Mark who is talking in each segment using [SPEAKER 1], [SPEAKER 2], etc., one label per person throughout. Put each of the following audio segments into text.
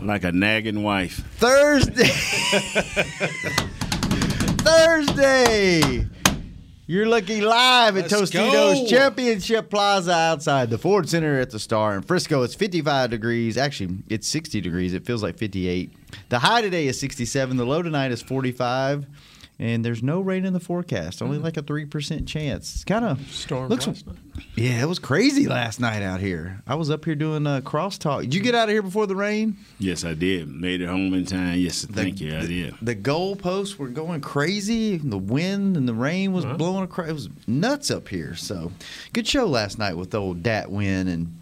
[SPEAKER 1] Like a nagging wife.
[SPEAKER 2] Thursday. Thursday. You're looking live at
[SPEAKER 3] Let's
[SPEAKER 2] Tostitos
[SPEAKER 3] go.
[SPEAKER 2] Championship Plaza outside the Ford Center at the Star in Frisco. It's 55 degrees. Actually, it's 60 degrees. It feels like 58. The high today is 67. The low tonight is 45. And there's no rain in the forecast. Only like a three percent chance. It's kind of
[SPEAKER 4] Mm-hmm. Storm
[SPEAKER 2] Looks,
[SPEAKER 4] last night.
[SPEAKER 2] yeah, it was crazy last night out here. I was up here doing uh, crosstalk. Did you get out of here before the rain?
[SPEAKER 1] Yes, I did. Made it home in time. Yes, thank you. I did.
[SPEAKER 2] The goalposts were going crazy. The wind and the rain was blowing across. It was nuts up here. So, good show last night with old Dat Win, and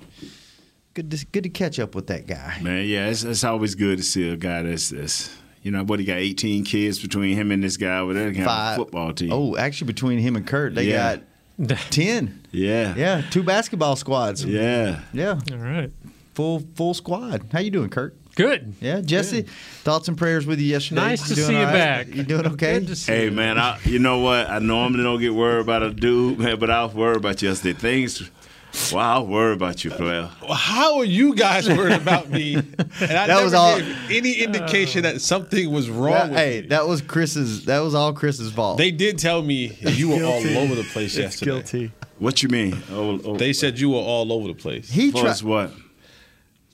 [SPEAKER 2] good to, good to catch up with that guy.
[SPEAKER 1] Man, yeah, it's, it's always good to see a guy that's, that's you know, what he got 18 kids between him and this guy over there. They can have a football team.
[SPEAKER 2] Oh, actually, between him and Kurt, they
[SPEAKER 1] Yeah.
[SPEAKER 2] got ten.
[SPEAKER 1] Yeah.
[SPEAKER 2] Yeah, two basketball squads.
[SPEAKER 1] Yeah.
[SPEAKER 2] yeah,
[SPEAKER 4] All right.
[SPEAKER 2] full full squad. How you doing, Kurt?
[SPEAKER 4] Good.
[SPEAKER 2] Yeah, Jesse. Thoughts and prayers with you yesterday.
[SPEAKER 4] Nice to
[SPEAKER 2] doing
[SPEAKER 4] see you
[SPEAKER 2] all right?
[SPEAKER 4] back.
[SPEAKER 2] You doing okay?
[SPEAKER 4] Good to see
[SPEAKER 1] Hey
[SPEAKER 4] you.
[SPEAKER 1] man, I, you know what? I normally don't get worried about a dude, man, but I was worried about you yesterday. Things, well, I'll worry about you, Fleur.
[SPEAKER 3] How are you guys worried about me? And I
[SPEAKER 2] That
[SPEAKER 3] never
[SPEAKER 2] was all-
[SPEAKER 3] gave any indication that something was wrong
[SPEAKER 2] That-
[SPEAKER 3] with
[SPEAKER 2] hey,
[SPEAKER 3] me.
[SPEAKER 2] that was Chris's. That was all Chris's fault.
[SPEAKER 3] They did tell me you were all over the place yesterday.
[SPEAKER 1] What you mean? Oh, oh,
[SPEAKER 3] They said you were all over the place.
[SPEAKER 2] he
[SPEAKER 1] for
[SPEAKER 2] tried.
[SPEAKER 1] us what?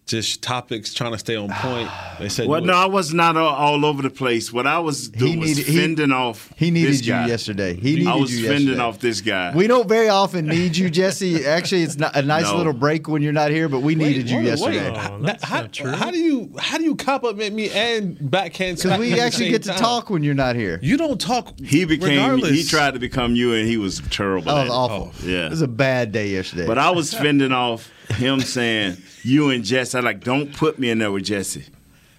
[SPEAKER 3] Just topics trying to stay on point. They said
[SPEAKER 1] Well,
[SPEAKER 3] you
[SPEAKER 1] no,
[SPEAKER 3] were-
[SPEAKER 1] I was not all, all over the place. What I was doing
[SPEAKER 2] needed-
[SPEAKER 1] was
[SPEAKER 2] he-
[SPEAKER 1] fending off.
[SPEAKER 2] He needed
[SPEAKER 1] this
[SPEAKER 2] you
[SPEAKER 1] guy.
[SPEAKER 2] yesterday. He needed
[SPEAKER 1] I was
[SPEAKER 2] you
[SPEAKER 1] fending
[SPEAKER 2] yesterday.
[SPEAKER 1] off this guy.
[SPEAKER 2] We don't very often need you, Jesse. Actually, it's not a nice
[SPEAKER 1] No.
[SPEAKER 2] little break when you're not here, but we
[SPEAKER 3] Wait,
[SPEAKER 2] needed you
[SPEAKER 3] wait, wait.
[SPEAKER 2] yesterday.
[SPEAKER 3] How-
[SPEAKER 4] Oh, that's
[SPEAKER 3] how,
[SPEAKER 4] not true.
[SPEAKER 3] how do you how do you compliment me and backhand?
[SPEAKER 2] Because
[SPEAKER 3] smack me
[SPEAKER 2] we
[SPEAKER 3] at the
[SPEAKER 2] actually
[SPEAKER 3] same
[SPEAKER 2] get to
[SPEAKER 3] time?
[SPEAKER 2] talk when you're not here.
[SPEAKER 3] You don't talk.
[SPEAKER 1] he became.
[SPEAKER 3] Regardless.
[SPEAKER 1] He tried to become you, and he was terrible. at
[SPEAKER 2] That was
[SPEAKER 4] Oh.
[SPEAKER 1] it.
[SPEAKER 2] awful.
[SPEAKER 1] yeah.
[SPEAKER 2] It was a bad day yesterday.
[SPEAKER 1] But I was fending off him saying you and Jesse. I like don't put me in there with Jesse.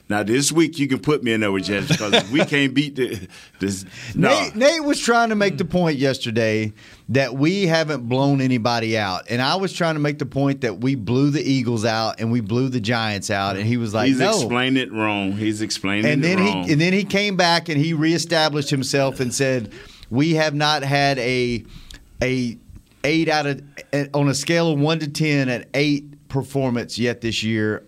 [SPEAKER 1] Now this week you can put me in there with Jesse because we can't beat the, this. No,
[SPEAKER 2] Nate, Nate was trying to
[SPEAKER 3] Hmm.
[SPEAKER 2] make the point yesterday that we haven't blown anybody out. And I was trying to make the point that we blew the Eagles out and we blew the Giants out. And he was like,
[SPEAKER 1] he's
[SPEAKER 2] no.
[SPEAKER 1] explained it wrong. He's explaining
[SPEAKER 2] and
[SPEAKER 1] it
[SPEAKER 2] then
[SPEAKER 1] wrong.
[SPEAKER 2] he and then he came back and he reestablished himself and said, "We have not had a a eight out of eh, on a scale of one to ten an eight performance yet this year."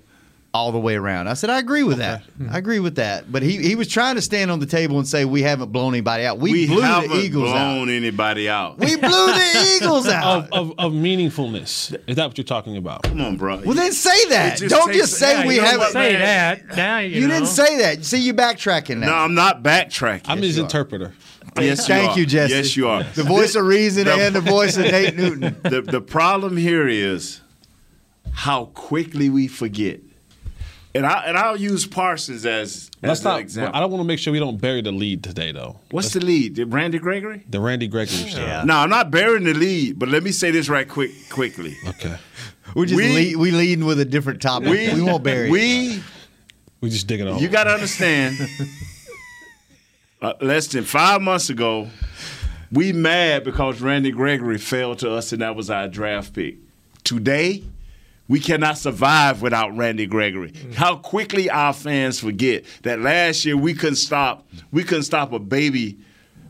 [SPEAKER 2] All the way around. I said, I agree with that. I agree with that. But he, he was trying to stand on the table and say, We haven't blown anybody out. We,
[SPEAKER 1] we
[SPEAKER 2] blew
[SPEAKER 1] haven't
[SPEAKER 2] the Eagles
[SPEAKER 1] blown
[SPEAKER 2] out.
[SPEAKER 1] anybody out.
[SPEAKER 2] We blew the Eagles out.
[SPEAKER 4] Of, of, of meaningfulness.
[SPEAKER 3] Is that what you're talking about?
[SPEAKER 1] Come on, bro.
[SPEAKER 2] well, then say that.
[SPEAKER 1] just
[SPEAKER 2] Don't
[SPEAKER 1] takes-
[SPEAKER 2] just say
[SPEAKER 1] yeah,
[SPEAKER 2] we
[SPEAKER 1] you know
[SPEAKER 2] haven't.
[SPEAKER 1] what,
[SPEAKER 2] you
[SPEAKER 1] man?
[SPEAKER 4] Say that. Now you know.
[SPEAKER 2] didn't say that. See, you backtracking
[SPEAKER 1] no,
[SPEAKER 2] now.
[SPEAKER 1] I'm not backtracking.
[SPEAKER 3] I'm his interpreter.
[SPEAKER 1] yes,
[SPEAKER 2] Thank
[SPEAKER 1] are.
[SPEAKER 2] you, Jesse.
[SPEAKER 1] Yes, you are.
[SPEAKER 2] The voice of reason
[SPEAKER 1] The-
[SPEAKER 2] and the voice of Nate Newton.
[SPEAKER 1] the, the problem here is how quickly we forget. And I and I'll use Parsons as,
[SPEAKER 3] Let's
[SPEAKER 1] as an
[SPEAKER 3] not.
[SPEAKER 1] example.
[SPEAKER 3] I don't want to make sure we don't bury the lead today, though.
[SPEAKER 1] What's the lead? Did Randy Gregory?
[SPEAKER 3] The Randy Gregory story.
[SPEAKER 1] No, I'm not burying the lead, but let me say this right quick quickly.
[SPEAKER 3] Okay.
[SPEAKER 2] We're just
[SPEAKER 1] We-
[SPEAKER 2] we, we leading with a different topic. We, won't bury it.
[SPEAKER 1] We
[SPEAKER 3] We just digging a hole.
[SPEAKER 1] you got to understand uh, less than 5 months ago we mad because Randy Gregory fell to us and that was our draft pick. Today we cannot survive without Randy Gregory.
[SPEAKER 4] Mm.
[SPEAKER 1] How quickly our fans forget that last year we couldn't stop we couldn't stop a baby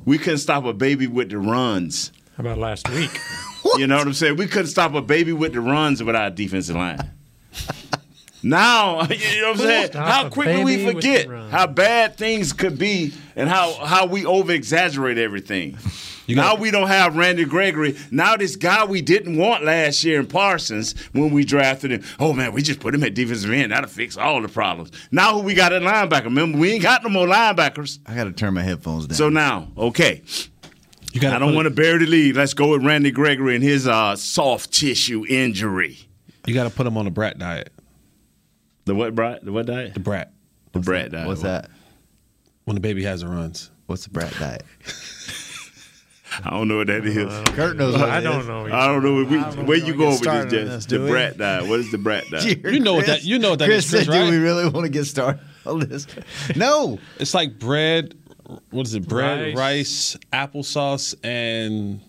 [SPEAKER 1] we couldn't stop a baby with the runs.
[SPEAKER 4] How about last week?
[SPEAKER 1] You know what I'm saying? We couldn't stop a baby with the runs with our defensive line. now, you know what I'm saying?
[SPEAKER 4] Stop
[SPEAKER 1] How
[SPEAKER 4] a
[SPEAKER 1] quickly we
[SPEAKER 4] baby with
[SPEAKER 1] forget
[SPEAKER 4] the runs.
[SPEAKER 1] how bad things could be and how, how we over exaggerate everything. now
[SPEAKER 3] got-
[SPEAKER 1] we don't have Randy Gregory. Now this guy we didn't want last year in Parsons when we drafted him. Oh man, we just put him at defensive end. That'll fix all the problems. Now who we got at linebacker? Remember, we ain't got no more linebackers.
[SPEAKER 2] I got to turn my headphones down.
[SPEAKER 1] So now, okay.
[SPEAKER 3] You gotta
[SPEAKER 1] I don't
[SPEAKER 3] put-
[SPEAKER 1] want to bury the lead. Let's go with Randy Gregory and his uh, soft tissue injury.
[SPEAKER 3] You got to put him on a brat diet.
[SPEAKER 1] The what brat? The what diet?
[SPEAKER 5] The brat.
[SPEAKER 1] The brat diet.
[SPEAKER 2] What's that?
[SPEAKER 5] When the baby has the runs.
[SPEAKER 2] What's the brat diet?
[SPEAKER 1] I don't know what that is.
[SPEAKER 2] Kurt knows what it
[SPEAKER 6] I
[SPEAKER 2] is.
[SPEAKER 6] don't know.
[SPEAKER 1] I don't know we,
[SPEAKER 6] don't
[SPEAKER 1] where
[SPEAKER 6] know.
[SPEAKER 1] you
[SPEAKER 6] Get
[SPEAKER 1] going with
[SPEAKER 6] started
[SPEAKER 1] this,
[SPEAKER 6] on
[SPEAKER 1] Jess.
[SPEAKER 6] this,
[SPEAKER 1] the
[SPEAKER 6] do we?
[SPEAKER 1] brat diet. What is the brat diet?
[SPEAKER 2] Dear
[SPEAKER 5] You know what
[SPEAKER 2] Chris.
[SPEAKER 5] that- you know what that
[SPEAKER 2] Chris
[SPEAKER 5] is, Chris,
[SPEAKER 2] said,
[SPEAKER 5] right?
[SPEAKER 2] "Do we really want to get started on this?" No.
[SPEAKER 5] It's like bread. What is it?
[SPEAKER 4] Rice.
[SPEAKER 5] Bread, rice, applesauce, and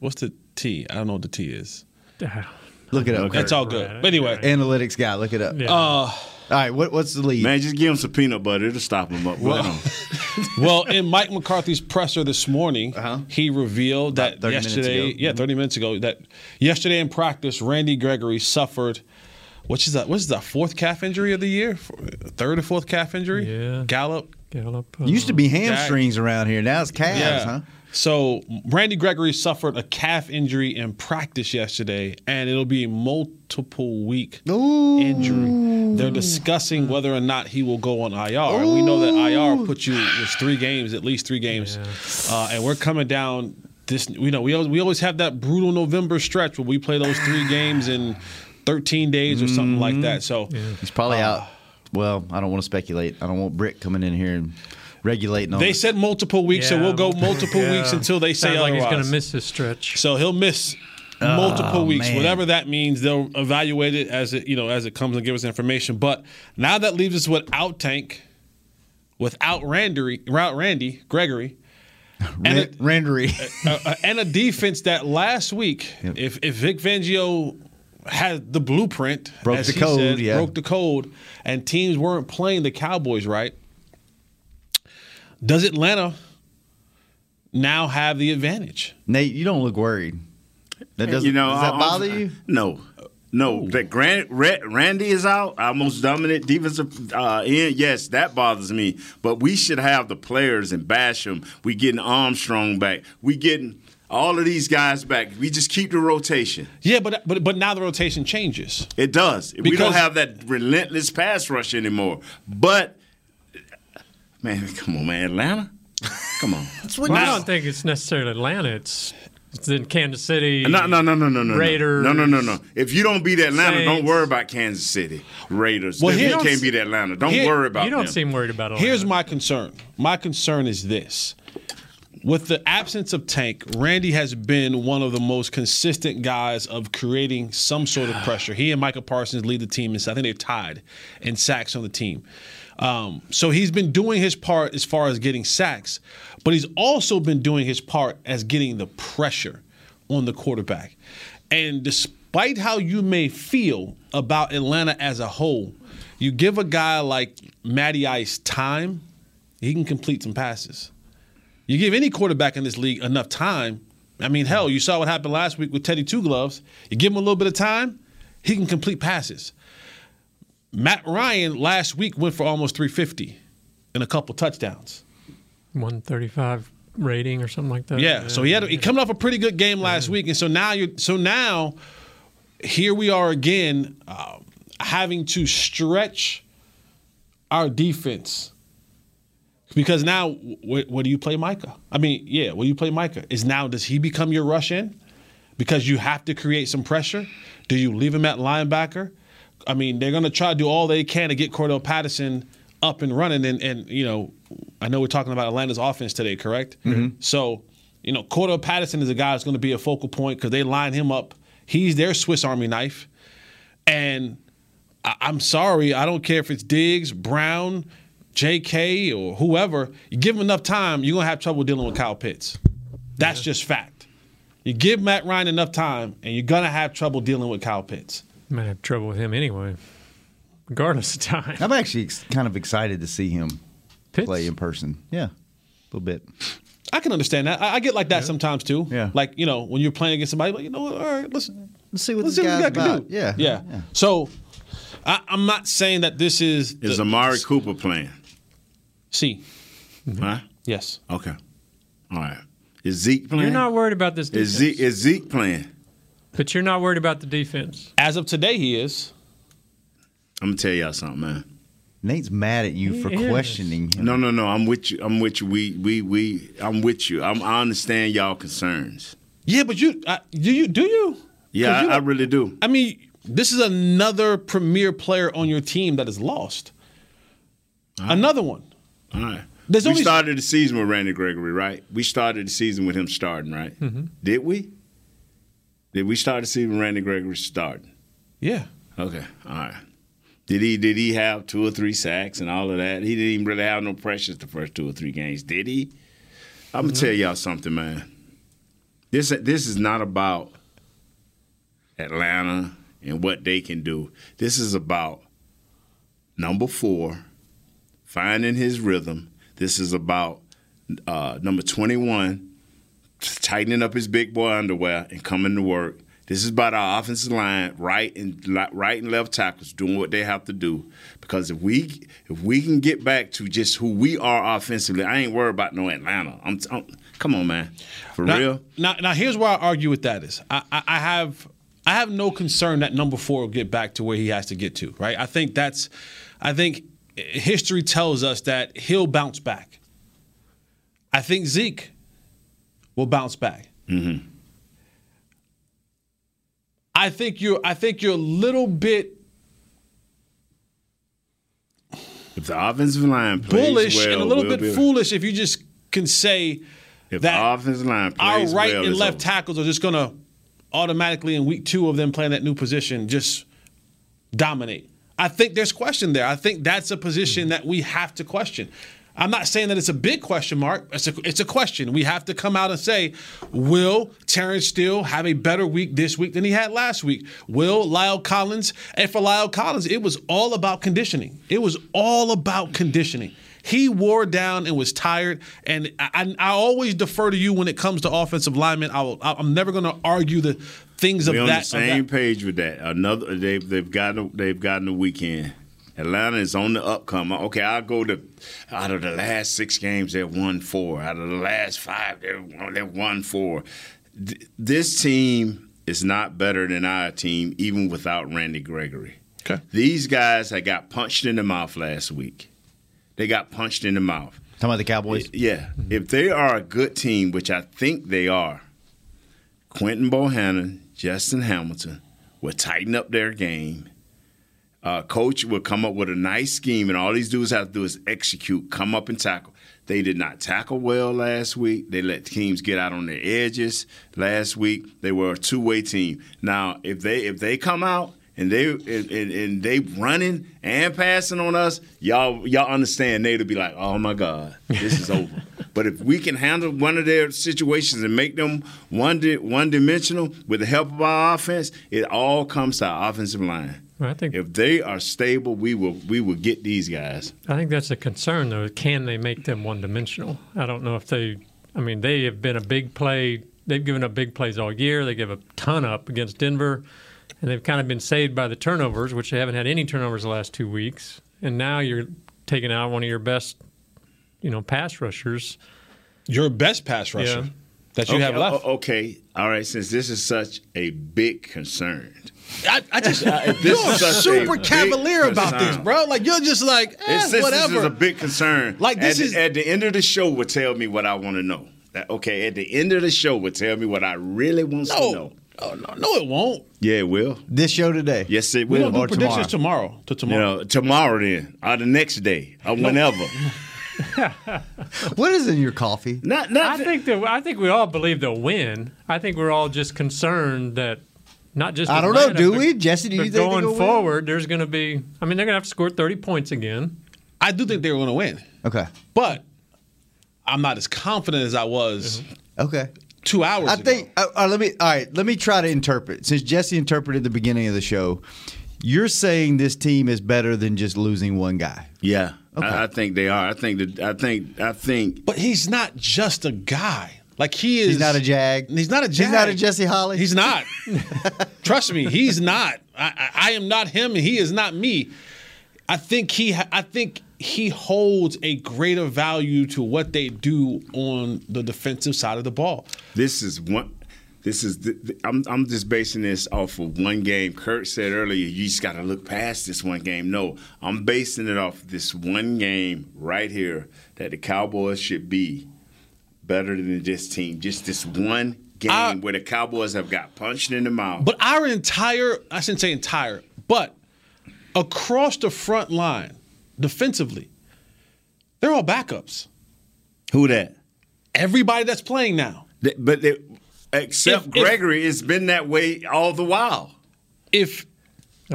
[SPEAKER 5] what's the tea? I don't know what the tea is.
[SPEAKER 2] Look it up.
[SPEAKER 5] That's all good. But anyway,
[SPEAKER 2] Analytics guy, look it up.
[SPEAKER 6] Yeah.
[SPEAKER 5] uh,
[SPEAKER 2] All right, what, what's the lead?
[SPEAKER 1] Man, just give him some peanut butter. It'll stop him up. Well,
[SPEAKER 5] well, in Mike McCarthy's presser this morning,
[SPEAKER 2] Uh-huh.
[SPEAKER 5] he revealed that
[SPEAKER 2] 30 minutes
[SPEAKER 5] yesterday,
[SPEAKER 2] ago. Mm-hmm.
[SPEAKER 5] yeah, 30 minutes ago, that yesterday in practice, Randy Gregory suffered, which is that, what is that, fourth calf injury of the year? Third or fourth calf injury?
[SPEAKER 6] Yeah.
[SPEAKER 5] Gallup?
[SPEAKER 6] Gallop, uh,
[SPEAKER 2] Used to be hamstrings around here. Now it's calves, huh?
[SPEAKER 5] So Randy Gregory suffered a calf injury in practice yesterday, and it'll be a multiple week injury. They're discussing whether or not he will go on IR. And we know that IR puts you it's three games, at least three games, uh, and we're coming down. This you know we always, we always have that brutal November stretch where we play those three games in 13 days or something
[SPEAKER 6] Mm-hmm.
[SPEAKER 5] like that. So
[SPEAKER 2] He's probably out. Well, I don't want to speculate. I don't want Brick coming in here and regulating on
[SPEAKER 5] they
[SPEAKER 2] it.
[SPEAKER 5] said multiple weeks, so
[SPEAKER 6] yeah,
[SPEAKER 5] we'll go multiple
[SPEAKER 6] yeah.
[SPEAKER 5] weeks until they say
[SPEAKER 6] Sounds like
[SPEAKER 5] otherwise.
[SPEAKER 6] he's going to miss his stretch.
[SPEAKER 5] So he'll miss multiple weeks,
[SPEAKER 2] Oh, man.
[SPEAKER 5] whatever that means. They'll evaluate it as it you know as it comes and give us information. But now that leaves us without Tank, without Randy, without Randy Gregory, and
[SPEAKER 2] Ren-
[SPEAKER 5] it-
[SPEAKER 2] Rendery.
[SPEAKER 5] uh, and a defense that last week,
[SPEAKER 2] Yep.
[SPEAKER 5] if if Vic Fangio had the blueprint,
[SPEAKER 2] Broke
[SPEAKER 5] as
[SPEAKER 2] the
[SPEAKER 5] he
[SPEAKER 2] code,
[SPEAKER 5] said,
[SPEAKER 2] yeah.
[SPEAKER 5] broke the code, and teams weren't playing the Cowboys right. Does Atlanta now have the advantage?
[SPEAKER 2] Nate, you don't look worried. That doesn't.
[SPEAKER 1] you know,
[SPEAKER 2] does that
[SPEAKER 1] I- I'm-
[SPEAKER 2] bother you?
[SPEAKER 1] No, no. That Gran- Ra- Randy is out. Our most dominant defensive uh, end. Yes, that bothers me. But we should have the players and bash them. We getting Armstrong back. We getting all of these guys back. We just keep the rotation.
[SPEAKER 5] Yeah, but but but now the rotation changes.
[SPEAKER 1] It does. we don't
[SPEAKER 5] Because-
[SPEAKER 1] have that relentless pass rush anymore. But man, come on, man, Atlanta, come on.
[SPEAKER 6] Well, I don't think it's necessarily Atlanta. It's, it's in Kansas City.
[SPEAKER 1] No, no, no, no, no, no.
[SPEAKER 6] Raiders.
[SPEAKER 1] No, no, no, no. If you don't beat Atlanta, don't
[SPEAKER 6] Saints.
[SPEAKER 1] worry about Kansas City Raiders.
[SPEAKER 5] Well,
[SPEAKER 1] Well, if
[SPEAKER 5] here-
[SPEAKER 1] you can't beat Atlanta, don't
[SPEAKER 5] here-
[SPEAKER 1] worry about
[SPEAKER 6] You don't
[SPEAKER 1] them.
[SPEAKER 6] seem worried about Atlanta.
[SPEAKER 5] Here's my concern. My concern is this. With the absence of Tank, Randy has been one of the most consistent guys of creating some sort of pressure. He and Michael Parsons lead the team, and I think they're tied in sacks on the team. Um, so he's been doing his part as far as getting sacks, but he's also been doing his part as getting the pressure on the quarterback. And despite how you may feel about Atlanta as a whole, you give a guy like Matty Ice time, he can complete some passes. You give any quarterback in this league enough time. I mean, hell, you saw what happened last week with Teddy Two Gloves. You give him a little bit of time, he can complete passes. Matt Ryan last week went for almost 350 and a couple touchdowns.
[SPEAKER 6] 135 rating or something like that.
[SPEAKER 5] Yeah. So he had he coming off a pretty good game last week, and so now you're so now here we are again uh, having to stretch our defense because now wh- wh- what do you play Micah? I mean, yeah, what do you play Micah? Is now does he become your rush in because you have to create some pressure? Do you leave him at linebacker? I mean, they're going to try to do all they can to get Cordell Patterson up and running. And, and you know, I know we're talking about Atlanta's offense today, correct? So, you know, Cordell Patterson is a guy that's going to be a focal point because they line him up. He's their Swiss Army knife. And I- I'm sorry, I don't care if it's Diggs, Brown, J.K. or whoever. You give him enough time, you're gonna have trouble dealing with Kyle Pitts. That's just fact. You give Matt Ryan enough time, and you're gonna have trouble dealing with Kyle Pitts.
[SPEAKER 6] Might have trouble with him anyway, regardless of time.
[SPEAKER 2] I'm actually ex- kind of excited to see him
[SPEAKER 6] Pitts?
[SPEAKER 2] play in person. Yeah, a little bit.
[SPEAKER 5] I can understand that. I, I get like that sometimes too.
[SPEAKER 2] Yeah.
[SPEAKER 5] Like you know, when you're playing against somebody, like you know, what, all right, listen,
[SPEAKER 2] Let's see what
[SPEAKER 5] let's
[SPEAKER 2] this
[SPEAKER 5] see what
[SPEAKER 2] guy's
[SPEAKER 5] this guy can
[SPEAKER 2] about.
[SPEAKER 5] do.
[SPEAKER 2] Yeah,
[SPEAKER 5] yeah. So I, I'm not saying that this is
[SPEAKER 1] Is
[SPEAKER 5] the-
[SPEAKER 1] Amari Cooper playing?
[SPEAKER 5] C.
[SPEAKER 6] Mm-hmm.
[SPEAKER 1] Huh?
[SPEAKER 5] Yes.
[SPEAKER 1] Okay. All right. Is Zeke playing?
[SPEAKER 6] You're not worried about this defense,
[SPEAKER 1] Is Zeke, is Zeke playing?
[SPEAKER 6] but you're not worried about the defense.
[SPEAKER 5] As of today, he is.
[SPEAKER 1] I'm gonna tell y'all something, man.
[SPEAKER 2] Nate's mad at you
[SPEAKER 6] He
[SPEAKER 2] for
[SPEAKER 6] is.
[SPEAKER 2] questioning him.
[SPEAKER 1] No, no, no. I'm with you. I'm with you. We, we, we. I'm with you. I'm, I understand y'all concerns.
[SPEAKER 5] Yeah, but you, I, do you, do you?
[SPEAKER 1] Yeah,
[SPEAKER 5] 'Cause you
[SPEAKER 1] I, I
[SPEAKER 5] don't-
[SPEAKER 1] really do.
[SPEAKER 5] I mean, This is another premier player on your team that is lost. Another one.
[SPEAKER 1] All right.
[SPEAKER 5] There's
[SPEAKER 1] we
[SPEAKER 5] only-
[SPEAKER 1] started the season with Randy Gregory, right? We started the season with him starting, right? Did we? Did we start the season with Randy Gregory starting?
[SPEAKER 5] Yeah.
[SPEAKER 1] Okay. All right. Did he did he have two or three sacks and all of that? He didn't even really have no pressures the first two or three games, did he? I'm gonna tell y'all something, man. This this is not about Atlanta and what they can do. This is about number four finding his rhythm. This is about uh, number 21 tightening up his big boy underwear and coming to work. This is about our offensive line, right and li- right and left tackles doing what they have to do. Because if we if we can get back to just who we are offensively, I ain't worried about no Atlanta. I'm, t- I'm- come on, man, for
[SPEAKER 5] Now,
[SPEAKER 1] real.
[SPEAKER 5] Now, now here's where I argue with that is. I, I, I have I have no concern that number four will get back to where he has to get to. Right. I think that's. I think history tells us that he'll bounce back. I think Zeke will bounce back.
[SPEAKER 1] Mm-hmm.
[SPEAKER 5] I think you're. I think you're a little bit
[SPEAKER 1] If the offensive line plays
[SPEAKER 5] bullish
[SPEAKER 1] well,
[SPEAKER 5] and a little
[SPEAKER 1] we'll
[SPEAKER 5] bit
[SPEAKER 1] be-
[SPEAKER 5] foolish if you just can say
[SPEAKER 1] If
[SPEAKER 5] that
[SPEAKER 1] the offensive line
[SPEAKER 5] our
[SPEAKER 1] plays
[SPEAKER 5] right
[SPEAKER 1] well,
[SPEAKER 5] and
[SPEAKER 1] it's
[SPEAKER 5] left
[SPEAKER 1] over.
[SPEAKER 5] tackles are just going to automatically in week two of them playing that new position just dominate. I think there's question there. I think that's a position that we have to question. I'm not saying that it's a big question mark. It's a, it's a question. We have to come out and say, will Terrence Steele have a better week this week than he had last week? Will Lyle Collins? And for Lyle Collins, it was all about conditioning. It was all about conditioning. He wore down and was tired. And I, I, I always defer to you when it comes to offensive linemen. I will, I, I'm never going to argue the things of
[SPEAKER 1] We're on
[SPEAKER 5] that.
[SPEAKER 1] the
[SPEAKER 5] of that.
[SPEAKER 1] same page with that. Another they've they've gotten they've gotten a weekend. Atlanta is on the upcome. Okay, I'll go to out of the last six games they've won four. Out of the last five they've won, they've won four. Th- this team is not better than our team, even without Randy Gregory.
[SPEAKER 5] Okay.
[SPEAKER 1] These guys that got punched in the mouth last week. They got punched in the mouth.
[SPEAKER 2] Talking about the Cowboys.
[SPEAKER 1] Yeah. If they are a good team, which I think they are, Quentin Bohannon, Justin Hamilton will tighten up their game. Uh, coach will come up with a nice scheme, and all these dudes have to do is execute, come up and tackle. They did not tackle well last week. They let teams get out on their edges last week. They were a two-way team. Now, if they if they come out and they and, and, and they running and passing on us, y'all y'all understand they'll be like, oh my god, this is over. But if we can handle one of their situations and make them one di- one dimensional with the help of our offense, it all comes to our offensive line.
[SPEAKER 6] Well, I think
[SPEAKER 1] If they are stable, we will we will get these guys.
[SPEAKER 6] I think that's a concern, though. Can they make them one dimensional? I don't know if they. I mean, they have been a big play. They've given up big plays all year. They give a ton up against Denver, and they've kind of been saved by the turnovers, which they haven't had any turnovers the last two weeks. And now you're taking out one of your best, you know, pass rushers.
[SPEAKER 5] your best pass rusher
[SPEAKER 6] Yeah.
[SPEAKER 5] that you have left.
[SPEAKER 1] o- okay, Oh, all right. Since this is such a big concern,
[SPEAKER 5] I, I just
[SPEAKER 1] this
[SPEAKER 5] you're
[SPEAKER 1] is such
[SPEAKER 5] super
[SPEAKER 1] a big
[SPEAKER 5] cavalier about this,
[SPEAKER 1] concern.
[SPEAKER 5] bro. Like you're just like eh,
[SPEAKER 1] it's, this,
[SPEAKER 5] whatever.
[SPEAKER 1] this is a big concern.
[SPEAKER 5] Like, this
[SPEAKER 1] at,
[SPEAKER 5] is-
[SPEAKER 1] at the end of the show will tell me what I want to know. That- okay, at the end of the show will tell me what I really want
[SPEAKER 5] no,
[SPEAKER 1] to know.
[SPEAKER 5] no, no, no, it won't.
[SPEAKER 1] Yeah, it will.
[SPEAKER 2] This show today.
[SPEAKER 1] Yes, it
[SPEAKER 5] We
[SPEAKER 1] will.
[SPEAKER 5] don't do
[SPEAKER 2] or
[SPEAKER 5] predictions tomorrow. to
[SPEAKER 1] you
[SPEAKER 5] tomorrow.
[SPEAKER 1] know, tomorrow then, or the next day, or whenever.
[SPEAKER 2] What is in your coffee?
[SPEAKER 1] not, not.
[SPEAKER 6] I think that I think we all believe they'll win. I think we're all just concerned that not just
[SPEAKER 2] I don't know,
[SPEAKER 6] Atlanta,
[SPEAKER 2] do
[SPEAKER 6] but-
[SPEAKER 2] we? Jesse, do you
[SPEAKER 6] but
[SPEAKER 2] think they're
[SPEAKER 6] going
[SPEAKER 2] gonna win?
[SPEAKER 6] forward, there's going to be? I mean, they're going to have to score 30 points again.
[SPEAKER 5] I do think they were going to win,
[SPEAKER 2] Okay.
[SPEAKER 5] but I'm not as confident as I was
[SPEAKER 2] Mm-hmm. Okay.
[SPEAKER 5] two hours.
[SPEAKER 2] I
[SPEAKER 5] ago.
[SPEAKER 2] think. Uh, uh, let me. All right. Let me try to interpret. Since Jesse interpreted the beginning of the show, you're saying this team is better than just losing one guy.
[SPEAKER 1] Yeah,
[SPEAKER 2] Okay.
[SPEAKER 1] I, I think they are. I think that. I think. I think.
[SPEAKER 5] but he's not just a guy. Like he is.
[SPEAKER 2] He's not a jag.
[SPEAKER 5] He's not a
[SPEAKER 2] He's
[SPEAKER 5] jag.
[SPEAKER 2] not a Jesse Holly.
[SPEAKER 5] He's not. Trust me, he's not. I, I, I am not him, and he is not me. I think he. ha- I think he holds a greater value to what they do on the defensive side of the ball.
[SPEAKER 1] This is one. This is. The, the- I'm. I'm just basing this off of one game. Kurt said earlier, you just got to look past this one game. No, I'm basing it off this one game right here that the Cowboys should be better than this team. Just this one game
[SPEAKER 5] I-
[SPEAKER 1] where the Cowboys have got punched in the mouth.
[SPEAKER 5] But our entire, I shouldn't say entire, but across the front line, defensively, they're all backups.
[SPEAKER 1] Who that?
[SPEAKER 5] Everybody that's playing now.
[SPEAKER 1] Th- But they, except
[SPEAKER 5] If- if-
[SPEAKER 1] Gregory, it's been that way all the while.
[SPEAKER 5] If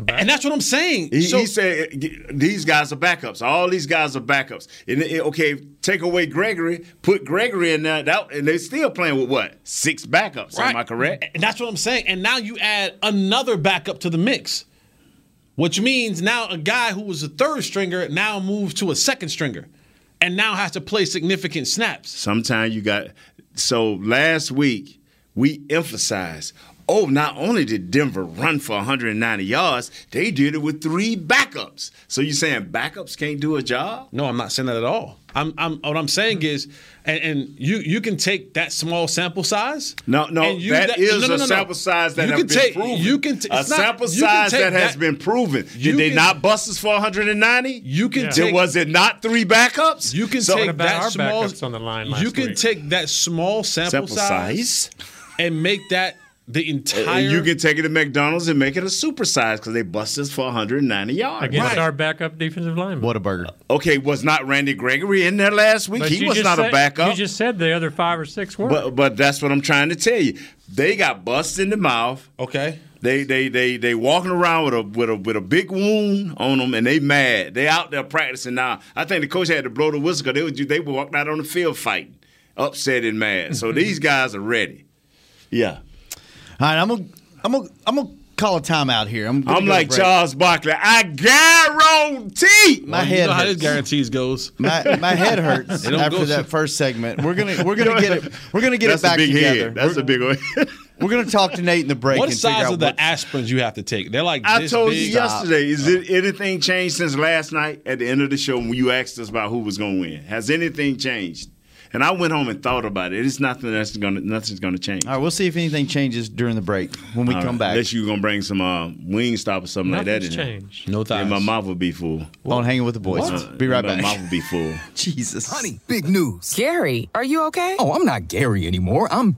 [SPEAKER 5] and that's what I'm saying.
[SPEAKER 1] He,
[SPEAKER 5] so
[SPEAKER 1] he said these guys are backups. All these guys are backups. And it- okay, take away Gregory, put Gregory in there, that, and they're still playing with what six backups? Am I correct?
[SPEAKER 5] And that's what I'm saying. And now you add another backup to the mix, which means now a guy who was a third stringer now moves to a second stringer, and now has to play significant snaps.
[SPEAKER 1] Sometimes you got. So last week we emphasized. Oh, not only did Denver run for 190 yards, they did it with three backups. So you saying backups can't do a job?
[SPEAKER 5] No, I'm not saying that at all. I'm, I'm what I'm saying
[SPEAKER 1] Mm-hmm.
[SPEAKER 5] is, and, and you you can take that small sample size.
[SPEAKER 1] No, no,
[SPEAKER 5] and use
[SPEAKER 1] that is a sample size that
[SPEAKER 5] you
[SPEAKER 1] has
[SPEAKER 5] can
[SPEAKER 1] been
[SPEAKER 5] take,
[SPEAKER 1] proven.
[SPEAKER 5] You can t-
[SPEAKER 1] a
[SPEAKER 5] it's not-
[SPEAKER 1] sample
[SPEAKER 5] you can
[SPEAKER 1] size
[SPEAKER 5] take
[SPEAKER 1] that has been proven.
[SPEAKER 5] you
[SPEAKER 1] Did they
[SPEAKER 5] can-
[SPEAKER 1] not bust us for 190?
[SPEAKER 5] You can
[SPEAKER 1] Then
[SPEAKER 5] take.
[SPEAKER 1] was it not three backups?
[SPEAKER 5] you can
[SPEAKER 1] So-
[SPEAKER 5] take
[SPEAKER 6] about
[SPEAKER 5] that
[SPEAKER 6] our
[SPEAKER 5] small.
[SPEAKER 6] backups on the line last
[SPEAKER 5] you can
[SPEAKER 6] week?
[SPEAKER 5] take that small sample,
[SPEAKER 1] sample size.
[SPEAKER 5] and make that the entire.
[SPEAKER 1] And you can take it to McDonald's and make it a super size because they bust us for 190 yards.
[SPEAKER 6] against
[SPEAKER 5] Right.
[SPEAKER 6] our backup defensive lineman.
[SPEAKER 2] What a burger.
[SPEAKER 1] Okay, was not Randy Gregory in there last week?
[SPEAKER 6] But
[SPEAKER 1] he
[SPEAKER 6] you
[SPEAKER 1] was
[SPEAKER 6] just
[SPEAKER 1] not a
[SPEAKER 6] said-
[SPEAKER 1] backup.
[SPEAKER 6] You just said the other five or six weren't.
[SPEAKER 1] but but that's what I'm trying to tell you. They got bust in the mouth.
[SPEAKER 5] okay.
[SPEAKER 1] They they they they walking around with a with a with a big wound on them, and they mad. They out there practicing now. I think the coach had to blow the whistle because they would they walked out on the field fighting, upset and mad. So these guys are ready. Yeah,
[SPEAKER 2] All right, I'm gonna I'm gonna I'm gonna call a timeout here. I'm, gonna
[SPEAKER 1] I'm
[SPEAKER 2] go
[SPEAKER 1] like
[SPEAKER 2] to break.
[SPEAKER 1] Charles Barkley. I guarantee.
[SPEAKER 2] My head
[SPEAKER 5] you know how this
[SPEAKER 2] hurts.
[SPEAKER 5] guarantees goes.
[SPEAKER 2] my, my head hurts
[SPEAKER 5] don't go-
[SPEAKER 2] after that first segment. We're gonna we're gonna get it we're gonna get
[SPEAKER 1] That's
[SPEAKER 2] it back
[SPEAKER 1] a big
[SPEAKER 2] together.
[SPEAKER 1] head. That's a big one.
[SPEAKER 2] We're gonna talk to Nate in the break
[SPEAKER 5] What
[SPEAKER 2] and figure
[SPEAKER 5] size
[SPEAKER 2] out
[SPEAKER 5] of the
[SPEAKER 2] what-
[SPEAKER 5] aspirins you have to take? They're like
[SPEAKER 1] I
[SPEAKER 5] this
[SPEAKER 1] told
[SPEAKER 5] big.
[SPEAKER 1] you yesterday. Is it anything changed since last night at the end of the show when you asked us about who was going to win? Has anything changed? And I went home and thought about it. It's nothing that's going to nothing's going to change.
[SPEAKER 2] All right, we'll see if anything changes during the break when we
[SPEAKER 1] All
[SPEAKER 2] come
[SPEAKER 1] right,
[SPEAKER 2] back
[SPEAKER 1] Unless you're gonna bring some uh, wing stop or something like that in
[SPEAKER 6] Nothing's
[SPEAKER 1] there.
[SPEAKER 6] changed.
[SPEAKER 5] No thighs.
[SPEAKER 1] And my mouth will be full.
[SPEAKER 2] on Hanging with the Boys. Be right
[SPEAKER 1] My mouth
[SPEAKER 2] back.
[SPEAKER 1] will be full.
[SPEAKER 2] Jesus,
[SPEAKER 7] Honey, big news. Gary, are you okay? Oh, I'm not Gary anymore. I'm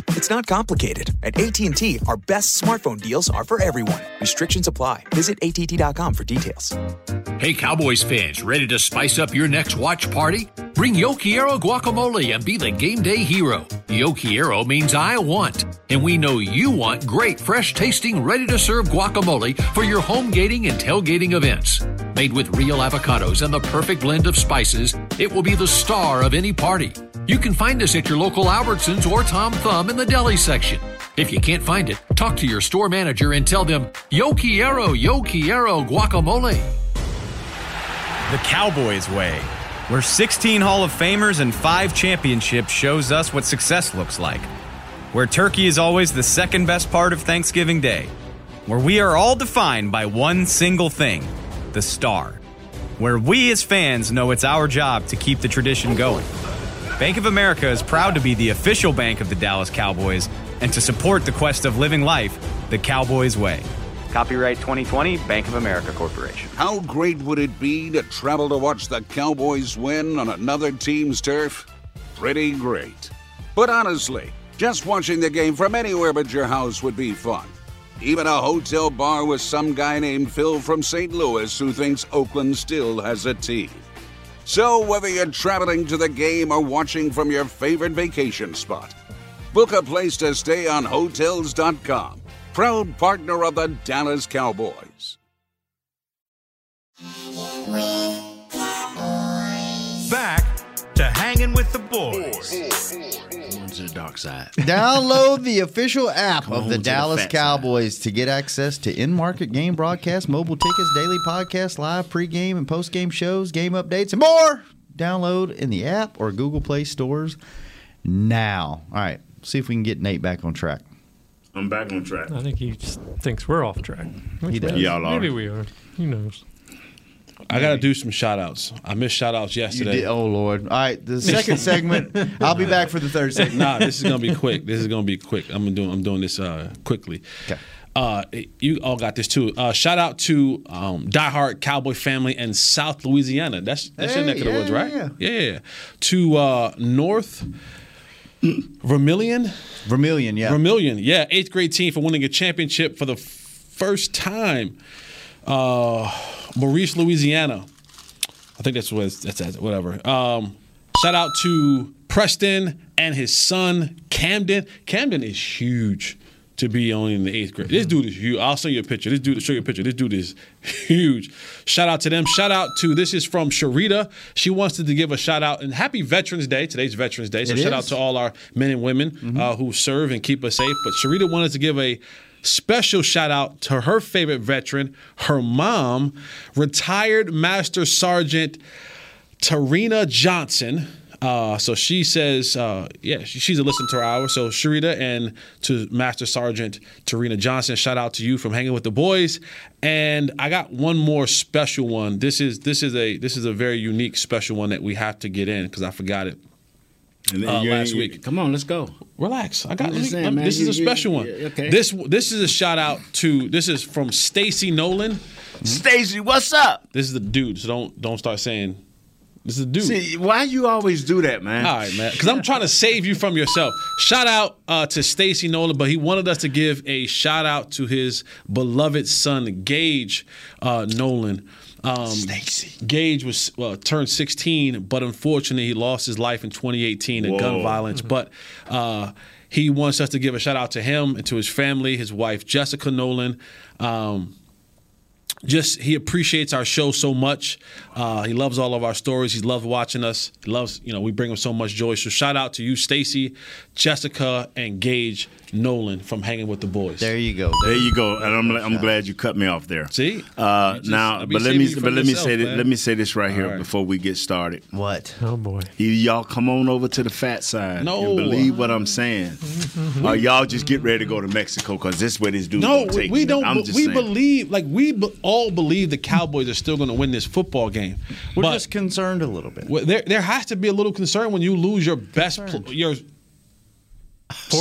[SPEAKER 8] It's not complicated. At AT&T, our best smartphone deals are for everyone. Restrictions apply. Visit att.com for details.
[SPEAKER 3] Hey, Cowboys fans, ready to spice up your next watch party? Bring Yo Quiero guacamole and be the game day hero. Yo Quiero means I want, and we know you want great, fresh tasting, ready to serve guacamole for your home gating and tailgating events. Made with real avocados and the perfect blend of spices, it will be the star of any party. You can find us at your local Albertsons or Tom Thumb in the deli section. If you can't find it, talk to your store manager and tell them, Yo Quiero, Yo Quiero guacamole.
[SPEAKER 9] The Cowboys Way, where 16 Hall of Famers and 5 championships shows us what success looks like. Where turkey is always the second best part of Thanksgiving Day. Where we are all defined by one single thing the star. Where we as fans know it's our job to keep the tradition going. Bank of America is proud to be the official bank of the Dallas Cowboys and to support the quest of living life the Cowboys Way. Copyright 2020 Bank of America Corporation.
[SPEAKER 10] How great would it be to travel to watch the Cowboys win on another team's turf? Pretty great. But honestly, just watching the game from anywhere but your house would be fun. Even a hotel bar with some guy named Phil from St. Louis who thinks Oakland still has a team. So, whether you're traveling to the game or watching from your favorite vacation spot, book a place to stay on Hotels.com. Proud partner of the Dallas Cowboys.
[SPEAKER 11] Back to hanging with the boys.
[SPEAKER 1] to the dark side.
[SPEAKER 2] download the official app
[SPEAKER 1] on
[SPEAKER 2] of the
[SPEAKER 1] to the
[SPEAKER 2] Dallas
[SPEAKER 1] fat side.
[SPEAKER 2] Cowboys to get access to in-market game broadcasts, mobile tickets, daily podcasts, live pregame and postgame shows, game updates, and more. Download in the app or Google Play stores now. All right, see if we can get Nate back on track.
[SPEAKER 1] I'm back on
[SPEAKER 6] Uh,
[SPEAKER 1] track.
[SPEAKER 6] I think he just thinks we're off track. Which
[SPEAKER 2] does.
[SPEAKER 6] maybe-
[SPEAKER 1] Y'all are.
[SPEAKER 6] Maybe we are. Who knows?
[SPEAKER 5] I got to do some shout outs. I missed shout outs yesterday.
[SPEAKER 2] did- oh, Lord. All right. The second segment, I'll be back for the third segment.
[SPEAKER 5] Nah, this is gonna be quick. This is gonna be quick. I'm doing I'm doing this uh, quickly. Uh, you all got this too. Uh, shout out to um, diehard cowboy family in South Louisiana. That's that's your
[SPEAKER 2] Hey,
[SPEAKER 5] neck of the
[SPEAKER 2] yeah,
[SPEAKER 5] woods,
[SPEAKER 2] yeah,
[SPEAKER 5] right? Yeah. To uh, North Vermilion.
[SPEAKER 2] Vermilion, yeah.
[SPEAKER 5] Vermilion, yeah. Eighth grade team for winning a championship for the f- first time. Uh, Maurice, Louisiana. I think that's what it's, that's that's- whatever. Um, shout out to Preston and his son Camden. Camden is huge to be only in the eighth grade. This dude is huge. I'll show you a picture. This dude, show you a picture. This dude is huge. Shout out to them. Shout out to this is from Sharita. She wants to give a shout out and happy Veterans Day. Today's Veterans Day, so
[SPEAKER 12] It is.
[SPEAKER 5] shout out to all our men and women uh, who serve and keep us safe. But Sharita wanted to give a special shout out to her favorite veteran, her mom, retired Master Sergeant Tarina Johnson. Uh, so she says, uh, yeah, she- she's a listener to our hour. So Sharita and to Master Sergeant Tarina Johnson, shout out to you from hanging with the boys. And I got one more special one. This is this is a this is a very unique special one that we have to get in because I forgot it
[SPEAKER 12] And then
[SPEAKER 5] uh,
[SPEAKER 12] you
[SPEAKER 5] last
[SPEAKER 12] ain't-
[SPEAKER 5] week. Come on, let's go. Relax. I got.
[SPEAKER 12] I'm
[SPEAKER 5] let
[SPEAKER 12] just
[SPEAKER 5] me-
[SPEAKER 12] saying,
[SPEAKER 5] let me-
[SPEAKER 12] man,
[SPEAKER 5] this
[SPEAKER 12] you-
[SPEAKER 5] is a
[SPEAKER 12] you-
[SPEAKER 5] special one.
[SPEAKER 12] yeah, okay.
[SPEAKER 5] This this is a shout out to. This is from Stacy Nolan.
[SPEAKER 1] Stacy, what's up?
[SPEAKER 5] This is the dude. So don't don't start saying. This is a dude.
[SPEAKER 1] See, why you always do that, man?
[SPEAKER 5] All right, man. Because I'm trying to save you from yourself. Shout out uh, to Stacy Nolan, but he wanted us to give a shout out to his beloved son, Gage uh, Nolan. Um, Stacy. Gage was uh, turned 16, but unfortunately, he lost his life in 2018 in gun
[SPEAKER 12] Whoa.
[SPEAKER 5] violence. But uh, he wants us to give a shout out to him and to his family, his wife, Jessica Nolan. Um, just he appreciates our show so much. Uh, he loves all of our stories. He loves watching us. He loves, you know, we bring him so much joy. So shout out to you, Stacy, Jessica, and Gage Nolan from Hanging with the Boys. There
[SPEAKER 2] you go.
[SPEAKER 1] There you go. And I'm, I'm glad you cut me off there.
[SPEAKER 5] See?
[SPEAKER 1] Uh,
[SPEAKER 5] You just-
[SPEAKER 1] now,
[SPEAKER 5] I'll be
[SPEAKER 1] but let
[SPEAKER 5] saving
[SPEAKER 1] me
[SPEAKER 5] you from
[SPEAKER 1] but let me
[SPEAKER 5] yourself,
[SPEAKER 1] say this,
[SPEAKER 5] man.
[SPEAKER 1] let me say this right here
[SPEAKER 5] All right.
[SPEAKER 1] before we get started.
[SPEAKER 2] What?
[SPEAKER 6] Oh boy.
[SPEAKER 1] You, y'all come on over to the fat side.
[SPEAKER 5] No.
[SPEAKER 1] and believe what I'm saying. Or y'all just get ready to go to Mexico because this is where this dude.
[SPEAKER 5] No,
[SPEAKER 1] gonna
[SPEAKER 5] we,
[SPEAKER 1] take
[SPEAKER 5] we
[SPEAKER 1] you.
[SPEAKER 5] don't.
[SPEAKER 1] I'm
[SPEAKER 5] we
[SPEAKER 1] just saying.
[SPEAKER 5] believe, like we be- all believe, the Cowboys are still going to win this football game.
[SPEAKER 2] We're
[SPEAKER 5] But-
[SPEAKER 2] just concerned a little bit.
[SPEAKER 5] Well, there, there has to be a little concern when you lose your best, pl- your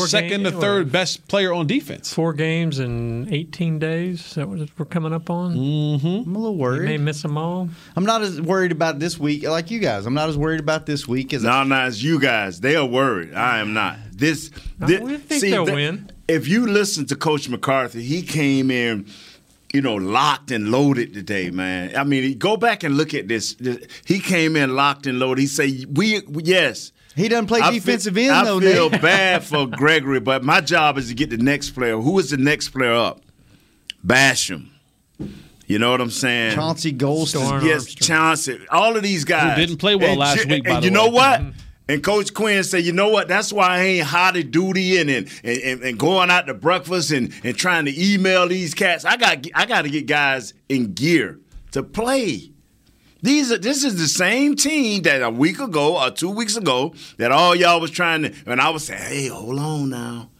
[SPEAKER 5] second to third best player on defense.
[SPEAKER 6] Four games in 18 days. Is that what we're coming up on?
[SPEAKER 2] Mm-hmm. I'm a little worried.
[SPEAKER 6] You may miss them all.
[SPEAKER 2] I'm not as worried about this week like you guys. I'm not as worried about this week as
[SPEAKER 1] No, no, it's you guys. They are worried. I am not. This, this
[SPEAKER 6] think they'll win.
[SPEAKER 1] If you listen to Coach McCarthy, he came in, you know, locked and loaded today, man. I mean, go back and look at this. This- He came in locked and loaded. He say, "We yes."
[SPEAKER 2] He doesn't play defensive end,
[SPEAKER 1] I
[SPEAKER 2] though,
[SPEAKER 1] feel
[SPEAKER 2] Nate.
[SPEAKER 1] bad for Gregory, but my job is to get the next player. Who is the next player up? Bash him. You know what I'm saying?
[SPEAKER 2] Chauncey Goldston.
[SPEAKER 1] Yes, Chauncey. All of these guys
[SPEAKER 5] didn't play well
[SPEAKER 1] And
[SPEAKER 5] last
[SPEAKER 1] ju-
[SPEAKER 5] week, by
[SPEAKER 1] and
[SPEAKER 5] the
[SPEAKER 1] you
[SPEAKER 5] way. Mm-hmm.
[SPEAKER 1] know what? And Coach Quinn said, you know what? That's why I ain't hotty duty and and, and, and going out to breakfast and, and trying to email these cats. I got I got to get guys in gear to play. These are this is the same team that a week ago or two weeks ago that all y'all was trying to and I was saying, hey, hold on now.